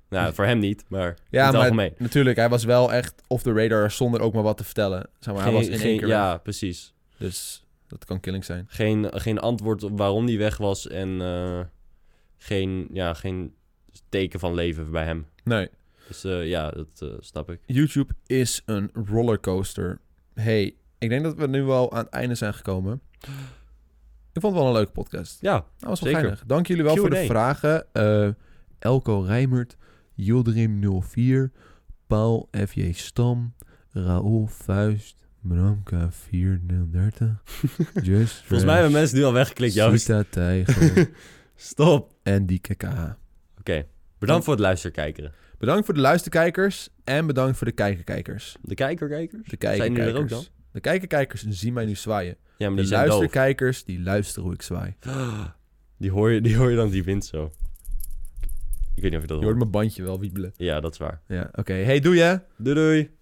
Speaker 2: Nou, voor hem niet, maar
Speaker 1: Ja,
Speaker 2: in het
Speaker 1: maar
Speaker 2: algemeen.
Speaker 1: Natuurlijk, hij was wel echt off the radar zonder ook maar wat te vertellen. Zeg maar, hij was in één keer weg.
Speaker 2: ja, precies.
Speaker 1: Dus dat kan killing zijn.
Speaker 2: geen, geen antwoord op waarom die weg was en eh, geen, ja, geen teken van leven bij hem.
Speaker 1: Nee,
Speaker 2: Dus eh, ja, dat eh, snap ik.
Speaker 1: YouTube is een rollercoaster. hey, ik denk dat we nu wel aan het einde zijn gekomen. Ik vond het wel een leuke podcast.
Speaker 2: Ja,
Speaker 1: Nou, was wel
Speaker 2: Zeker.
Speaker 1: geinig. Dank jullie wel voor de
Speaker 2: Q&A.
Speaker 1: vragen. Eh, Elko Rijmert, Yildirim04, Paul F.J. Stam, Raoul Vuist, Bramka430,
Speaker 2: <laughs>
Speaker 1: Just
Speaker 2: volgens mij hebben mensen nu al weggeklikt, Joost.
Speaker 1: Sita Tijger
Speaker 2: <laughs> Stop. Oké,
Speaker 1: en die KK.
Speaker 2: bedankt voor het luisterkijkeren.
Speaker 1: Bedankt voor de luisterkijkers en bedankt voor de kijkerkijkers.
Speaker 2: De kijkerkijkers?
Speaker 1: De
Speaker 2: Zijn
Speaker 1: kijkerkijkers.
Speaker 2: jullie er ook dan?
Speaker 1: De kijkerkijkers zien mij nu zwaaien.
Speaker 2: Ja, maar
Speaker 1: De
Speaker 2: die zijn doof.
Speaker 1: luisterkijkers, die luisteren hoe ik zwaai.
Speaker 2: <gasps> Die hoor, je, die hoor je dan, die wind zo. Ik weet niet of je dat
Speaker 1: Je hoort
Speaker 2: hoort.
Speaker 1: mijn bandje wel wiebelen.
Speaker 2: Ja, dat is waar.
Speaker 1: Ja, oké. Hey, doe je?
Speaker 2: Doei doei.